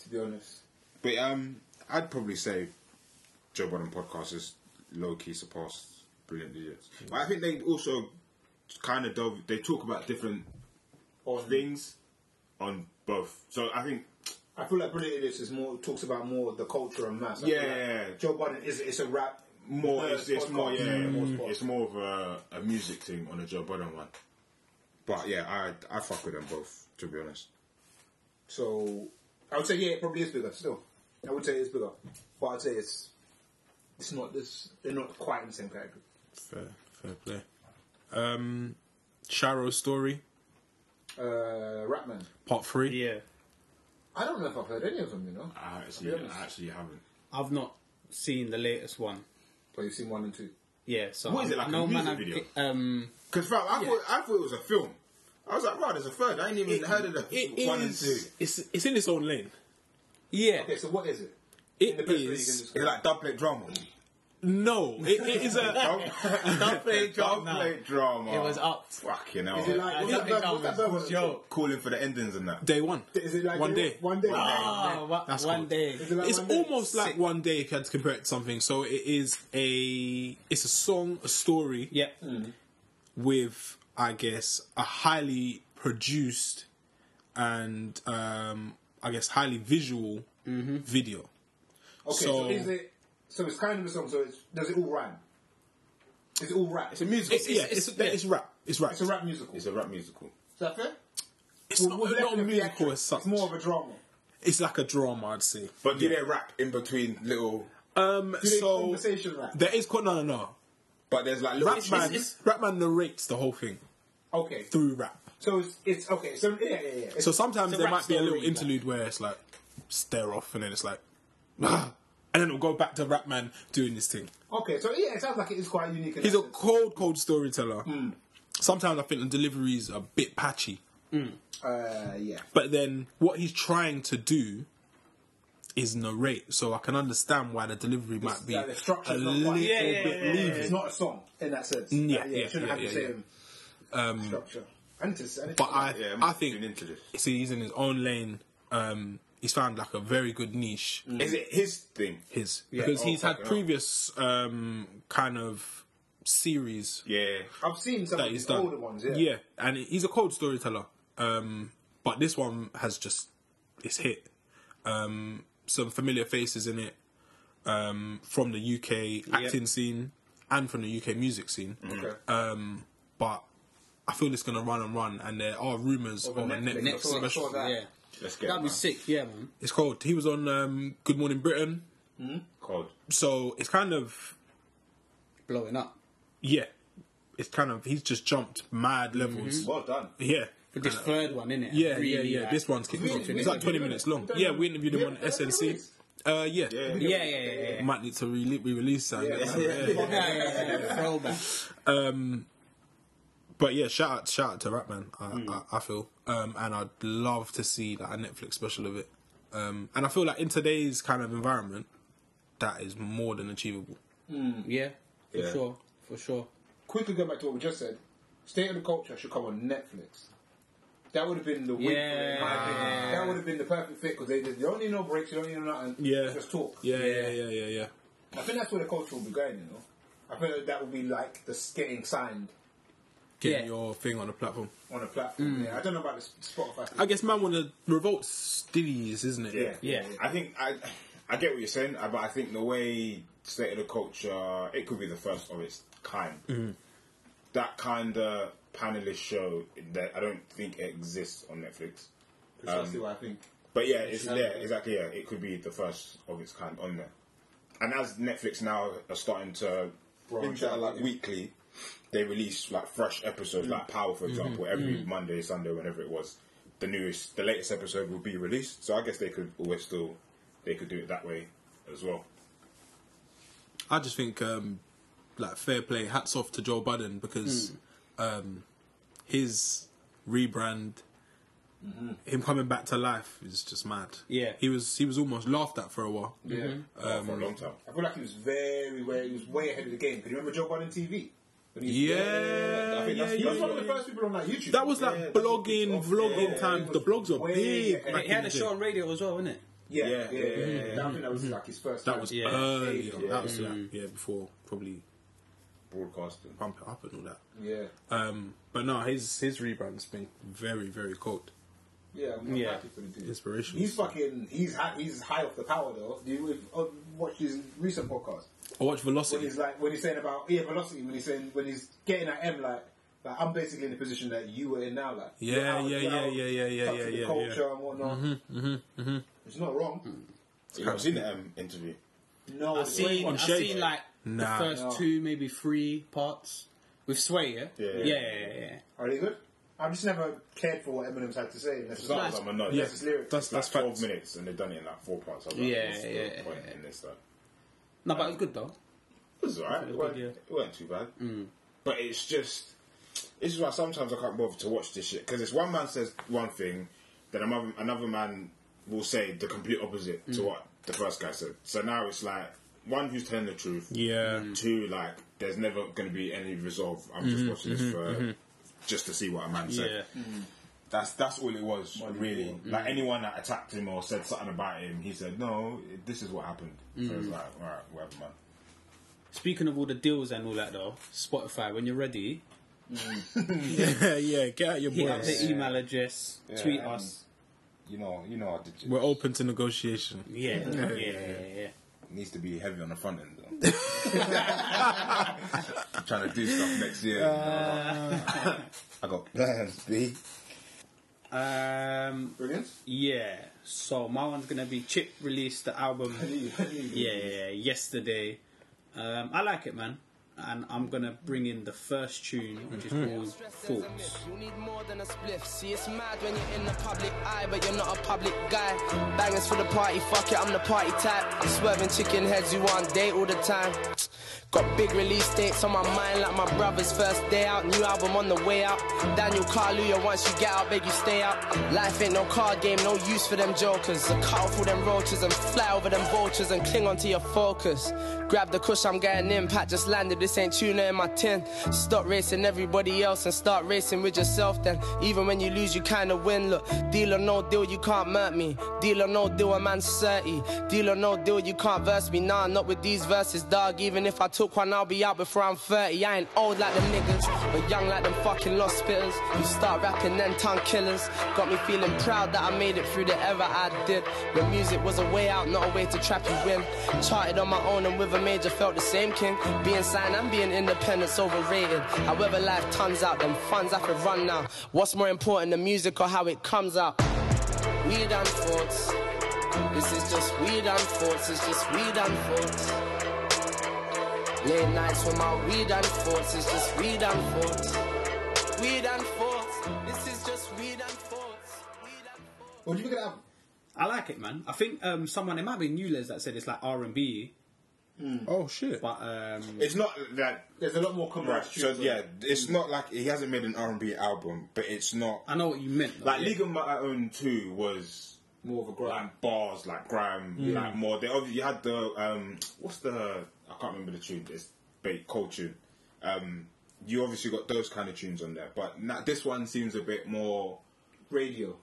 H: to be honest.
I: But um, I'd probably say Joe Budden podcast is low key surpassed Brilliant Idiots.
A: Hmm.
I: But I think they also kind of delve. They talk about different
H: On-
I: things on both. So I think
H: I feel like Brilliant Idiots is more talks about more the culture and mass. I
I: Yeah,
H: feel like
I: yeah, yeah.
H: Joe Budden is it's a rap.
I: more
H: uh,
I: it's, it's
H: podcast.
I: more yeah,
H: more
I: mm,
H: spot.
I: it's more of a, a music thing on a Joe Budden one. But yeah, I I fuck with them both to be honest.
H: So I would say yeah, it probably is bigger still. I would say it's bigger, but I'd say it's it's not this. They're not quite in the same category.
A: Fair, fair play. Um, Sharo's story,
H: Uh, Ratman.
A: part three.
J: Yeah,
H: I don't know if I've heard any of them, you know.
A: Ah.
I: I actually
H: To be honest.
I: I actually haven't.
J: I've not seen the latest one.
H: But you've seen one and two.
J: Yeah, so
I: What is it, like a
J: no man,
I: music
J: I've-
I: video?
J: Um,
I: Because I thought I thought it was a film. I was like, right, there's a third. I ain't even heard of the
A: It
I: one and two.
A: is. It's it's in its own lane.
J: yeah,
H: Okay, so what is it?
A: It
H: the best way you can
A: is
H: describe
I: It's like doublet
H: [laughs]
I: drama.
A: no. It, it
I: [laughs]
A: is
J: [laughs]
A: a.
I: doublet, doublet drama.
J: it was up.
I: fucking hell.
H: Is it like
J: I
H: what's that
J: think
H: bird-
J: I
H: what's that
J: was-
H: bird one?
J: yo.
I: calling for the endings and that?
A: Day one.
H: Is it like
A: one
H: day-
A: day? Ah,
H: One day.
J: Oh, wa-
A: That's
J: one
A: cool.
J: day.
H: Is it like
A: it's
H: one day?
A: almost like one day if you had to compare it to something. So it is a it's a song, a story
J: Yeah,
H: Hmm.
A: with I guess a highly produced and um I guess highly visual video.
H: Okay, so,
A: So-
H: is it? So it's kind of a song. So it's, does it all rhyme? Is it all rap? It's a musical.
A: It's, yeah, it's, it's, rap. It's rap.
H: It's a rap musical.
I: It's a rap musical.
H: Is that fair?
A: It's
H: Well,
A: not,
H: we're
A: it's not
H: left
A: a
H: with the
A: musical
H: action.
A: as such.
H: It's more of a drama.
A: It's like a drama, I'd say.
I: But do they rap in between little?
A: Um,
H: Do they
A: so
H: conversation rap.
A: there is quite no, no, no.
I: But there's like little.
A: Rapman, Rapman narrates the whole thing
H: Okay.
A: through rap.
H: So it's, it's okay. So yeah, yeah, yeah. It's,
A: So sometimes
J: It's a
A: there
J: rap
A: might be a little
J: story,
A: interlude where it's like stare off, and then it's like, [sighs] and then it'll go back to Rapman doing this thing.
H: okay. So yeah, it sounds like it is quite unique. in
A: He's a
H: that sense.
A: cold, cold storyteller.
H: Hmm.
A: Sometimes I think the delivery is a bit patchy,
H: uh, yeah.
A: but then what he's trying to do is narrate, so I can understand why the delivery might be
H: yeah, the structure's
A: a
H: not quite-
A: little
H: Yeah, yeah,
A: bit
H: Yeah,
A: loose.
H: It's not a song in that sense.
A: Yeah,
H: Uh,
A: yeah,
H: it shouldn't
A: yeah,
H: have the
A: yeah, Um,
H: same structure. I need to, I need
A: But
H: to,
A: I,
I: Yeah,
A: I think
I: been into this.
A: see, he's in his own lane. Um, he's found like a very good niche.
I: Is it his thing?
A: His because
I: Oh,
A: he's had
I: fucking hell.
A: previous um, kind of series
I: Yeah.
H: I've seen some
A: that
H: of
A: he's
H: these
A: done.
H: older ones. Yeah.
A: and he's a cold storyteller. Um, but this one has just it's hit. Um, some familiar faces in it um, from the UK acting scene and from the UK music scene.
H: Mm-hmm.
A: Um,
H: Okay.
A: But I feel it's gonna run and run, and there are rumors of,
H: a
A: a
H: Netflix.
A: Netflix,
H: I saw- I saw
A: special.
H: that.
J: yeah.
I: Let's get.
J: That'd be
I: it, man.
J: sick. Yeah, man.
A: It's called. He was on um, Good Morning Britain,
I: Cod.
A: so it's kind of
J: Blowing up.
A: yeah. It's kind of he's just jumped mad levels.
H: Well done.
A: Yeah,
J: But this
I: uh,
J: third one, innit?
A: Yeah, yeah, yeah. this one's kicked off.
J: really
A: It's like 20
J: good.
A: minutes long. Yeah, we interviewed him on SNC. Uh, yeah.
J: Yeah, yeah, yeah, yeah.
A: Might need to re- re-release that. Yeah.
J: yeah, yeah, yeah, yeah. Throwback.
A: But yeah, shout out, shout out to Ratman. I, I, I feel, um, and I'd love to see like a Netflix special of it. Um, and I feel like in today's kind of environment, that is more than achievable.
J: Yeah, for
I: Yeah.
J: sure, for sure.
H: Quickly go back to what we just said. State of the Culture should come on Netflix. That would have been the week.
J: Yeah.
H: That would have been the perfect fit because they, they don't need no breaks. You don't need no nothing.
A: Yeah.
H: Just talk.
A: Yeah, yeah, yeah, yeah, yeah.
H: I think that's where the culture will be going. You know. I think that, that will be like the s- getting signed
A: Getting
J: Yeah.
A: your thing on the platform.
H: on a platform. Yeah. I don't know about the s- Spotify.
A: Mm. I guess man want to revolt stillies, isn't it?
H: yeah.
J: Yeah,
I: I think I, I get what you're saying, uh, but I think the way state of the culture, it could be the first of its kind. That kind of panelist show that I don't think it exists on Netflix. Um,
H: Precisely what I think.
I: But yeah, it's there exactly. Yeah, it could be the first of its kind on there. And as Netflix now are starting to
H: Branch
I: branch out
H: out,
I: like
H: yeah.
I: weekly, they release like fresh episodes,
A: Mm.
I: like Power, for
A: Mm-hmm.
I: example, every Monday, Sunday, whenever it was. The newest, the latest episode will be released. So I guess they could always still, they could do it that way as well.
A: I just think um, like fair play, hats off to
H: Mm.
A: Joe Budden because um, his rebrand
H: Mm-hmm.
A: him coming back to life is just mad.
J: Yeah.
A: he was he was almost laughed at for a while. Yeah, Mm-hmm.
I: for a long time.
H: I feel like he was very, very, he was way ahead of the game. Because you remember Joe Biden TV? When he-
A: Yeah,
H: I think
A: yeah,
H: that's,
A: yeah,
H: that's one
A: yeah,
H: of the first people on like YouTube.
A: that was like
H: Yeah,
A: blogging,
H: that's-
A: vlogging
H: yeah,
A: time.
H: it
A: The
H: was
A: blogs were
H: way
A: big.
H: ahead.
A: Back
J: He had
A: in
J: a
A: the
J: show
A: day.
J: on radio as well, innit?
H: Yeah, yeah, yeah. yeah, I think that was like his first.
A: mm-hmm. That
H: time.
A: was
J: Yeah.
A: early.
H: Yeah. Mm.
A: on. That was uh, like yeah before probably
I: Broadcasting.
A: pump it up and all that.
H: yeah,
A: Um, but no, his his rebrand's been very very cold.
H: yeah. I'm, I'm
J: Yeah.
H: happy for the dude.
A: Inspirational.
H: He's fucking. He's high, he's high off the power though. You uh, watched his recent podcast
A: I watched
H: when
A: Velocity.
H: he's like when he's saying about yeah velocity when he's saying when he's getting at M like like I'm basically in the position that you were in now like
A: Yeah,
H: you're out-
A: yeah,
H: you're
A: yeah,
H: out,
A: yeah, yeah, yeah,
H: stuck
A: yeah,
H: to the
A: yeah,
H: culture
A: yeah. Mm-hmm.
H: and whatnot. It's not wrong.
A: Hmm.
I: I've seen the um, interview.
H: No,
J: I've seen,
A: on
J: I've
A: Shade?
J: seen like
A: Nah.
J: the first
H: No.
J: two, maybe three parts with Sway, yeah?
I: Yeah.
J: yeah, yeah. yeah, yeah.
H: Are they good? I've just never cared for what Eminem's had to say.
I: It's
H: necessarily.
I: not like my nose.
A: Yeah,
I: It's
H: his lyrics.
A: that's
I: like
A: that's
I: twelve
A: facts.
I: minutes, and they've done it in like four parts. I was like,
J: Yeah,
I: what's the
J: yeah,
I: point
J: yeah.
I: in this stuff?
J: No, but it was good though.
I: It was alright. It, weren't- it weren't too bad.
A: Mm.
I: But it's just, this is why sometimes I can't bother to watch this shit because it's one man says one thing, then another another man will say the complete opposite
A: Mm.
I: to what the first guy said. So now it's like one who's telling the truth.
A: Yeah.
I: Two, like there's never going to be any resolve. I'm
A: Mm-hmm,
I: just watching this for just to see what a man said. That's that's all it was really.
A: Mm.
I: Like anyone that attacked him or said something about him, he said, "No, it- this is what happened." So
A: Mm.
I: it's like, all right, whatever, man.
J: Speaking of all the deals and all that though, Spotify, when you're ready,
A: Yeah, [laughs] yeah. Get out your
J: hit up
A: boys.
J: the email address, tweet
I: um,
J: us.
I: You know, you know, I did.
A: We're open to negotiation.
J: Yeah, yeah, yeah, yeah.
I: needs to be heavy on the front end. Though. [laughs] I'm trying to do stuff next year. you know, I got plans, B.
J: Um,
H: Brilliant.
J: yeah. So my one's gonna be Chip released the album. yeah, yeah, yeah, yesterday. Um, I like it, man. And I'm gonna bring in the first tune, which is called Thoughts.
K: You need more than a spliff. See, it's mad when you're in the public eye, but you're not a public guy. Bangers for the party, fuck it, I'm the party type. I'm swerving chicken heads you on date all the time. Got big release dates on my mind, like my brother's first day out. New album on the way out. Daniel Kaluuya, once you get out, beg you stay out. Life ain't no card game, no use for them jokers. I cut off all them roaches and fly over them vultures and cling onto your focus. Grab the cush, I'm getting impact, just landed. This ain't tuna in my tin. Stop racing everybody else and start racing with yourself then. Even when you lose, you kinda win. Look, deal or no deal, you can't murk me. Deal or no deal, a man's 30. Deal or no deal, you can't verse me. Nah, not with these verses, dog. Even if I took one, I'll be out before I'm 30. I ain't old like them niggas, but young like them fucking lost spitters. You start rapping, then tongue killers. Got me feeling proud that I made it through the era I did. When music was a way out, not a way to trap you in. Charted on my own and with a major, felt the same king. Being signed and being independent's overrated. However, life tons out, them funds I could run now. What's more important, the music or how it comes out? Weed and thoughts. This is just weed and thoughts, it's just weed and thoughts. Late nights with my weed and thoughts, it's just weed and thoughts. Weed and thoughts, this is just weed and thoughts. Weed and thoughts.
H: What do you think of
J: I like it, man. I think um, someone it might be Newlands that said it's like R and B,
A: Oh shit.
J: but um,
I: It's not like
H: There's a lot more
I: right.
H: commercial.
I: So yeah, it's not like he hasn't made an R&B album, but it's not
J: I know what you meant. though.
I: like League of My Own Two was
H: more of a grind.
I: like bars, like grime, like more. They obviously you had the um, what's the I can't remember the tune. It's bait cold tune. Um, you obviously got those kind of tunes on there, but na this one seems a bit more
H: Radio.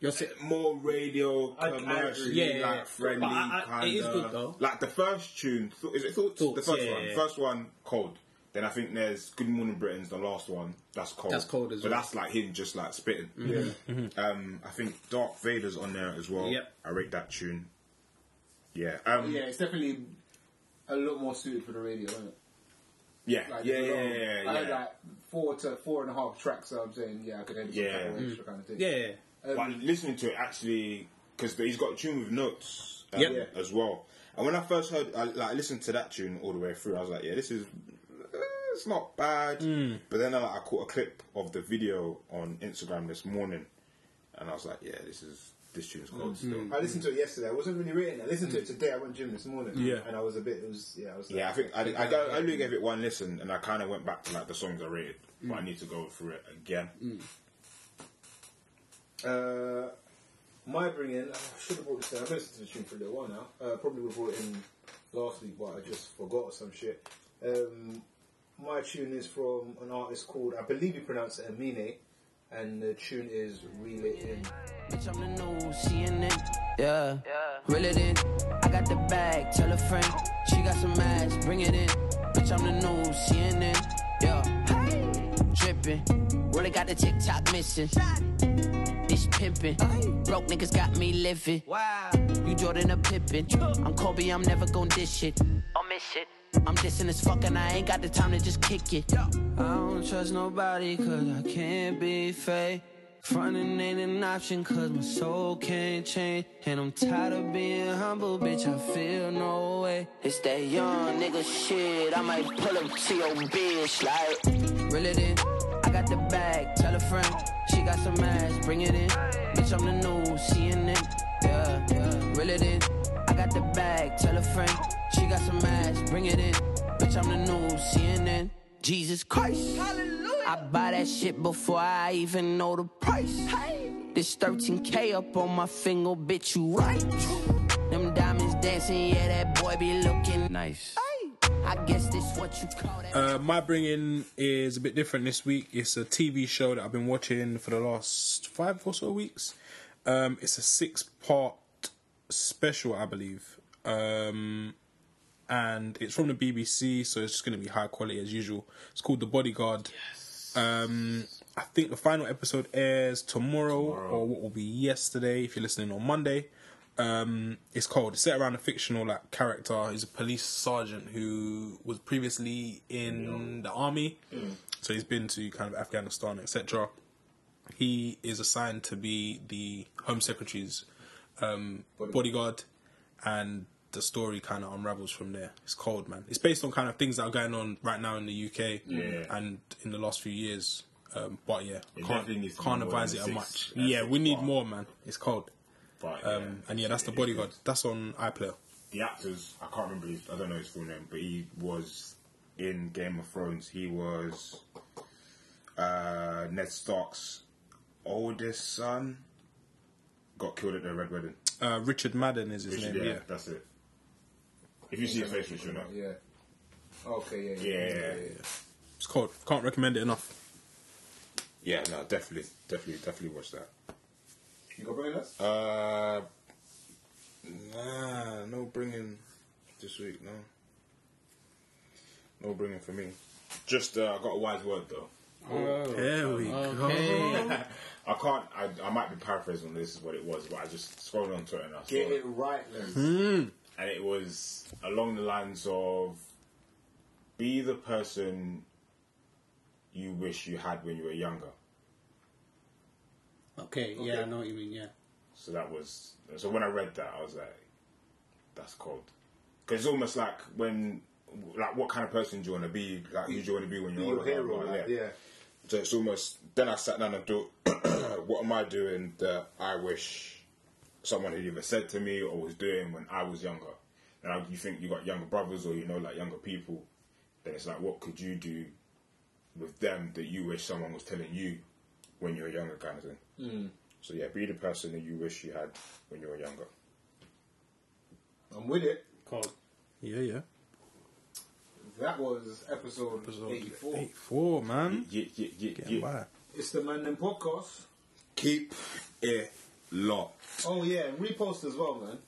J: You're si-
I: more radio
H: I- I agree.
I: commercially
J: Yeah, yeah, yeah.
I: like friendly
J: But I- I-
I: kind
J: it is
I: of.
J: good, though.
I: Like the first tune, Th- is it Thoughts?
J: Thoughts,
I: the first
J: yeah,
I: one,
J: yeah.
I: first one cold. Then I think there's Good Morning Britain's the last one. That's cold.
J: That's cold as
I: but
J: well.
I: that's like him just like spitting.
H: Mm-hmm.
I: Um, I think Dark Vader's on there as well.
J: Yep.
I: I rate that tune. Yeah. Um,
H: Yeah,
I: yeah.
H: it's definitely a lot more suited for the radio, isn't it?
I: Yeah. yeah.
H: the
I: Yeah.
H: long-
I: Yeah.
H: I heard like four to four and a half tracks. So I'm saying, yeah, I could edit
I: Yeah.
H: yeah. extra kind of thing.
J: yeah,
H: um,
I: but listening to it actually because he's got a tune with notes um,
J: Yep.
I: as well. And when I first heard, I, like, I listened to that tune all the way through. I was like, yeah, this is eh, it's not bad. But then like, I caught a clip of the video on Instagram this morning, and I was like, yeah, this is this tune's cold still.
H: I listened to it yesterday. I wasn't really rating. it. I listened to it today. I went gym this morning.
A: Yeah.
H: and I was a bit. It was yeah. I was like,
I: Yeah, I think I, I, go- I only gave it one listen, and I kind of
A: Mm.
I: went back to like the songs I rated, but I need to go through it again.
H: Uh, my bring in, I should have brought this in. I've listened to the tune for a little while now. Uh, probably would have brought it in last week, but I just forgot or some shit. Um, my tune is from an artist called, I believe you pronounce it Amine, and the tune is Reel It In.
K: Bitch, I'm the new CNN. Yeah. Reel it in. I got the bag, tell a friend. She got some ass, bring it in. Bitch, I'm the new CNN. Yeah. Drippin'. Really got the TikTok missing. Bitch pimpin'. Broke niggas got me living. Wow. You Jordan a Pippin. I'm Kobe, I'm never gon' dish it. I'll miss it. I'm dissing as fuck and I ain't got the time to just kick it. I don't trust nobody cause I can't be fake. Frontin' ain't an option cause my soul can't change. And I'm tired of being humble, bitch, I feel no way. It's that young nigga shit, I might pull up to your bitch like. Reel it in, I got the bag, tell a friend. She got some ass, bring it in. Bitch, I'm the new CNN, yeah. yeah. Reel it in, I got the bag, tell a friend. She got some ass, bring it in. Bitch, I'm the new CNN. Jesus Christ. Hallelujah. I buy that shit before I even know the price. This 13K up on my finger, bitch, you right. Them diamonds dancing, yeah, that boy be looking nice. I guess this what you call that.
A: Uh, my bringing is a bit different this week. It's a TV show that I've been watching for the last five or so weeks. Um, it's a six part special, I believe. Um, and it's from the BBC, so it's just going to be high quality as usual. It's called The Bodyguard. Um, I think the final episode airs tomorrow, or what will be yesterday if you're listening on Monday. Um, it's called it's set around a fictional like character who's a police sergeant who was previously in the army, so he's been to kind of Afghanistan, etc. He is assigned to be the Home Secretary's um, bodyguard, and the story kind of unravels from there. It's cold, man. It's based on kind of things that are going on right now in the UK
I: Yeah.
A: and in the last few years. Um, but yeah,
I: It
A: can't,
I: definitely needs to be
A: can't
I: more
A: advise
I: than
A: it
I: six-
A: much.
I: than
A: Yeah,
I: six
A: we need
I: parts.
A: more, man. It's cold.
I: But,
A: Um,
I: yeah.
A: and yeah, that's the
I: It is
A: bodyguard.
I: good.
A: That's on iPlayer.
I: The actors, I can't remember his, I don't know his full name, but he was in Game of Thrones. He was uh, Ned Stark's oldest son. Got killed at the Red Wedding.
A: Uh, Richard Madden is his
I: Richard,
A: name.
I: yeah,
A: Yeah.
I: that's it. If you see his face, you should know.
H: Yeah. Okay, yeah,
I: Yeah.
A: it's cold. Can't recommend it enough.
I: Yeah, no, definitely, definitely, definitely watch that.
H: You got bringing us?
I: Uh, nah, no bringing this week. No, no bringing for me. Just uh, I got a wise word though.
A: There we go.
I: I can't. I, I might be paraphrasing. on This is what it was, but I just scrolled on Twitter and I saw
H: Get
I: it,
H: it right, Lens.
I: and it was along the lines of be the person you wish you had when you were younger.
J: Okay, yeah, I know what you mean, yeah.
I: So that was so when I read that, I was like, "That's cold," because it's almost like when, like, what kind of person do you want to be? Like, who do you want to be when
H: Be
I: you're
H: your
I: older,
H: hero,
I: blah, blah,
H: like,
I: blah.
H: yeah.
I: So it's almost. Then I sat down and thought, [clears throat] "What am I doing that I wish someone had either said to me or was doing when I was younger?" Now you think you got younger brothers or you know like younger people, then it's like, what could you do with them that you wish someone was telling you when you were younger, kind of thing. So yeah, be the person that you wish you had when you were younger.
H: I'm with it.
J: Cold.
A: Yeah, yeah.
H: That was episode, 84.
A: Eight four, man.
I: Yeah, yeah, yeah,
A: Getting
I: yeah.
A: wild.
H: It's the Man Them Podcast.
I: Keep it locked.
H: Oh, yeah, and repost as well, man.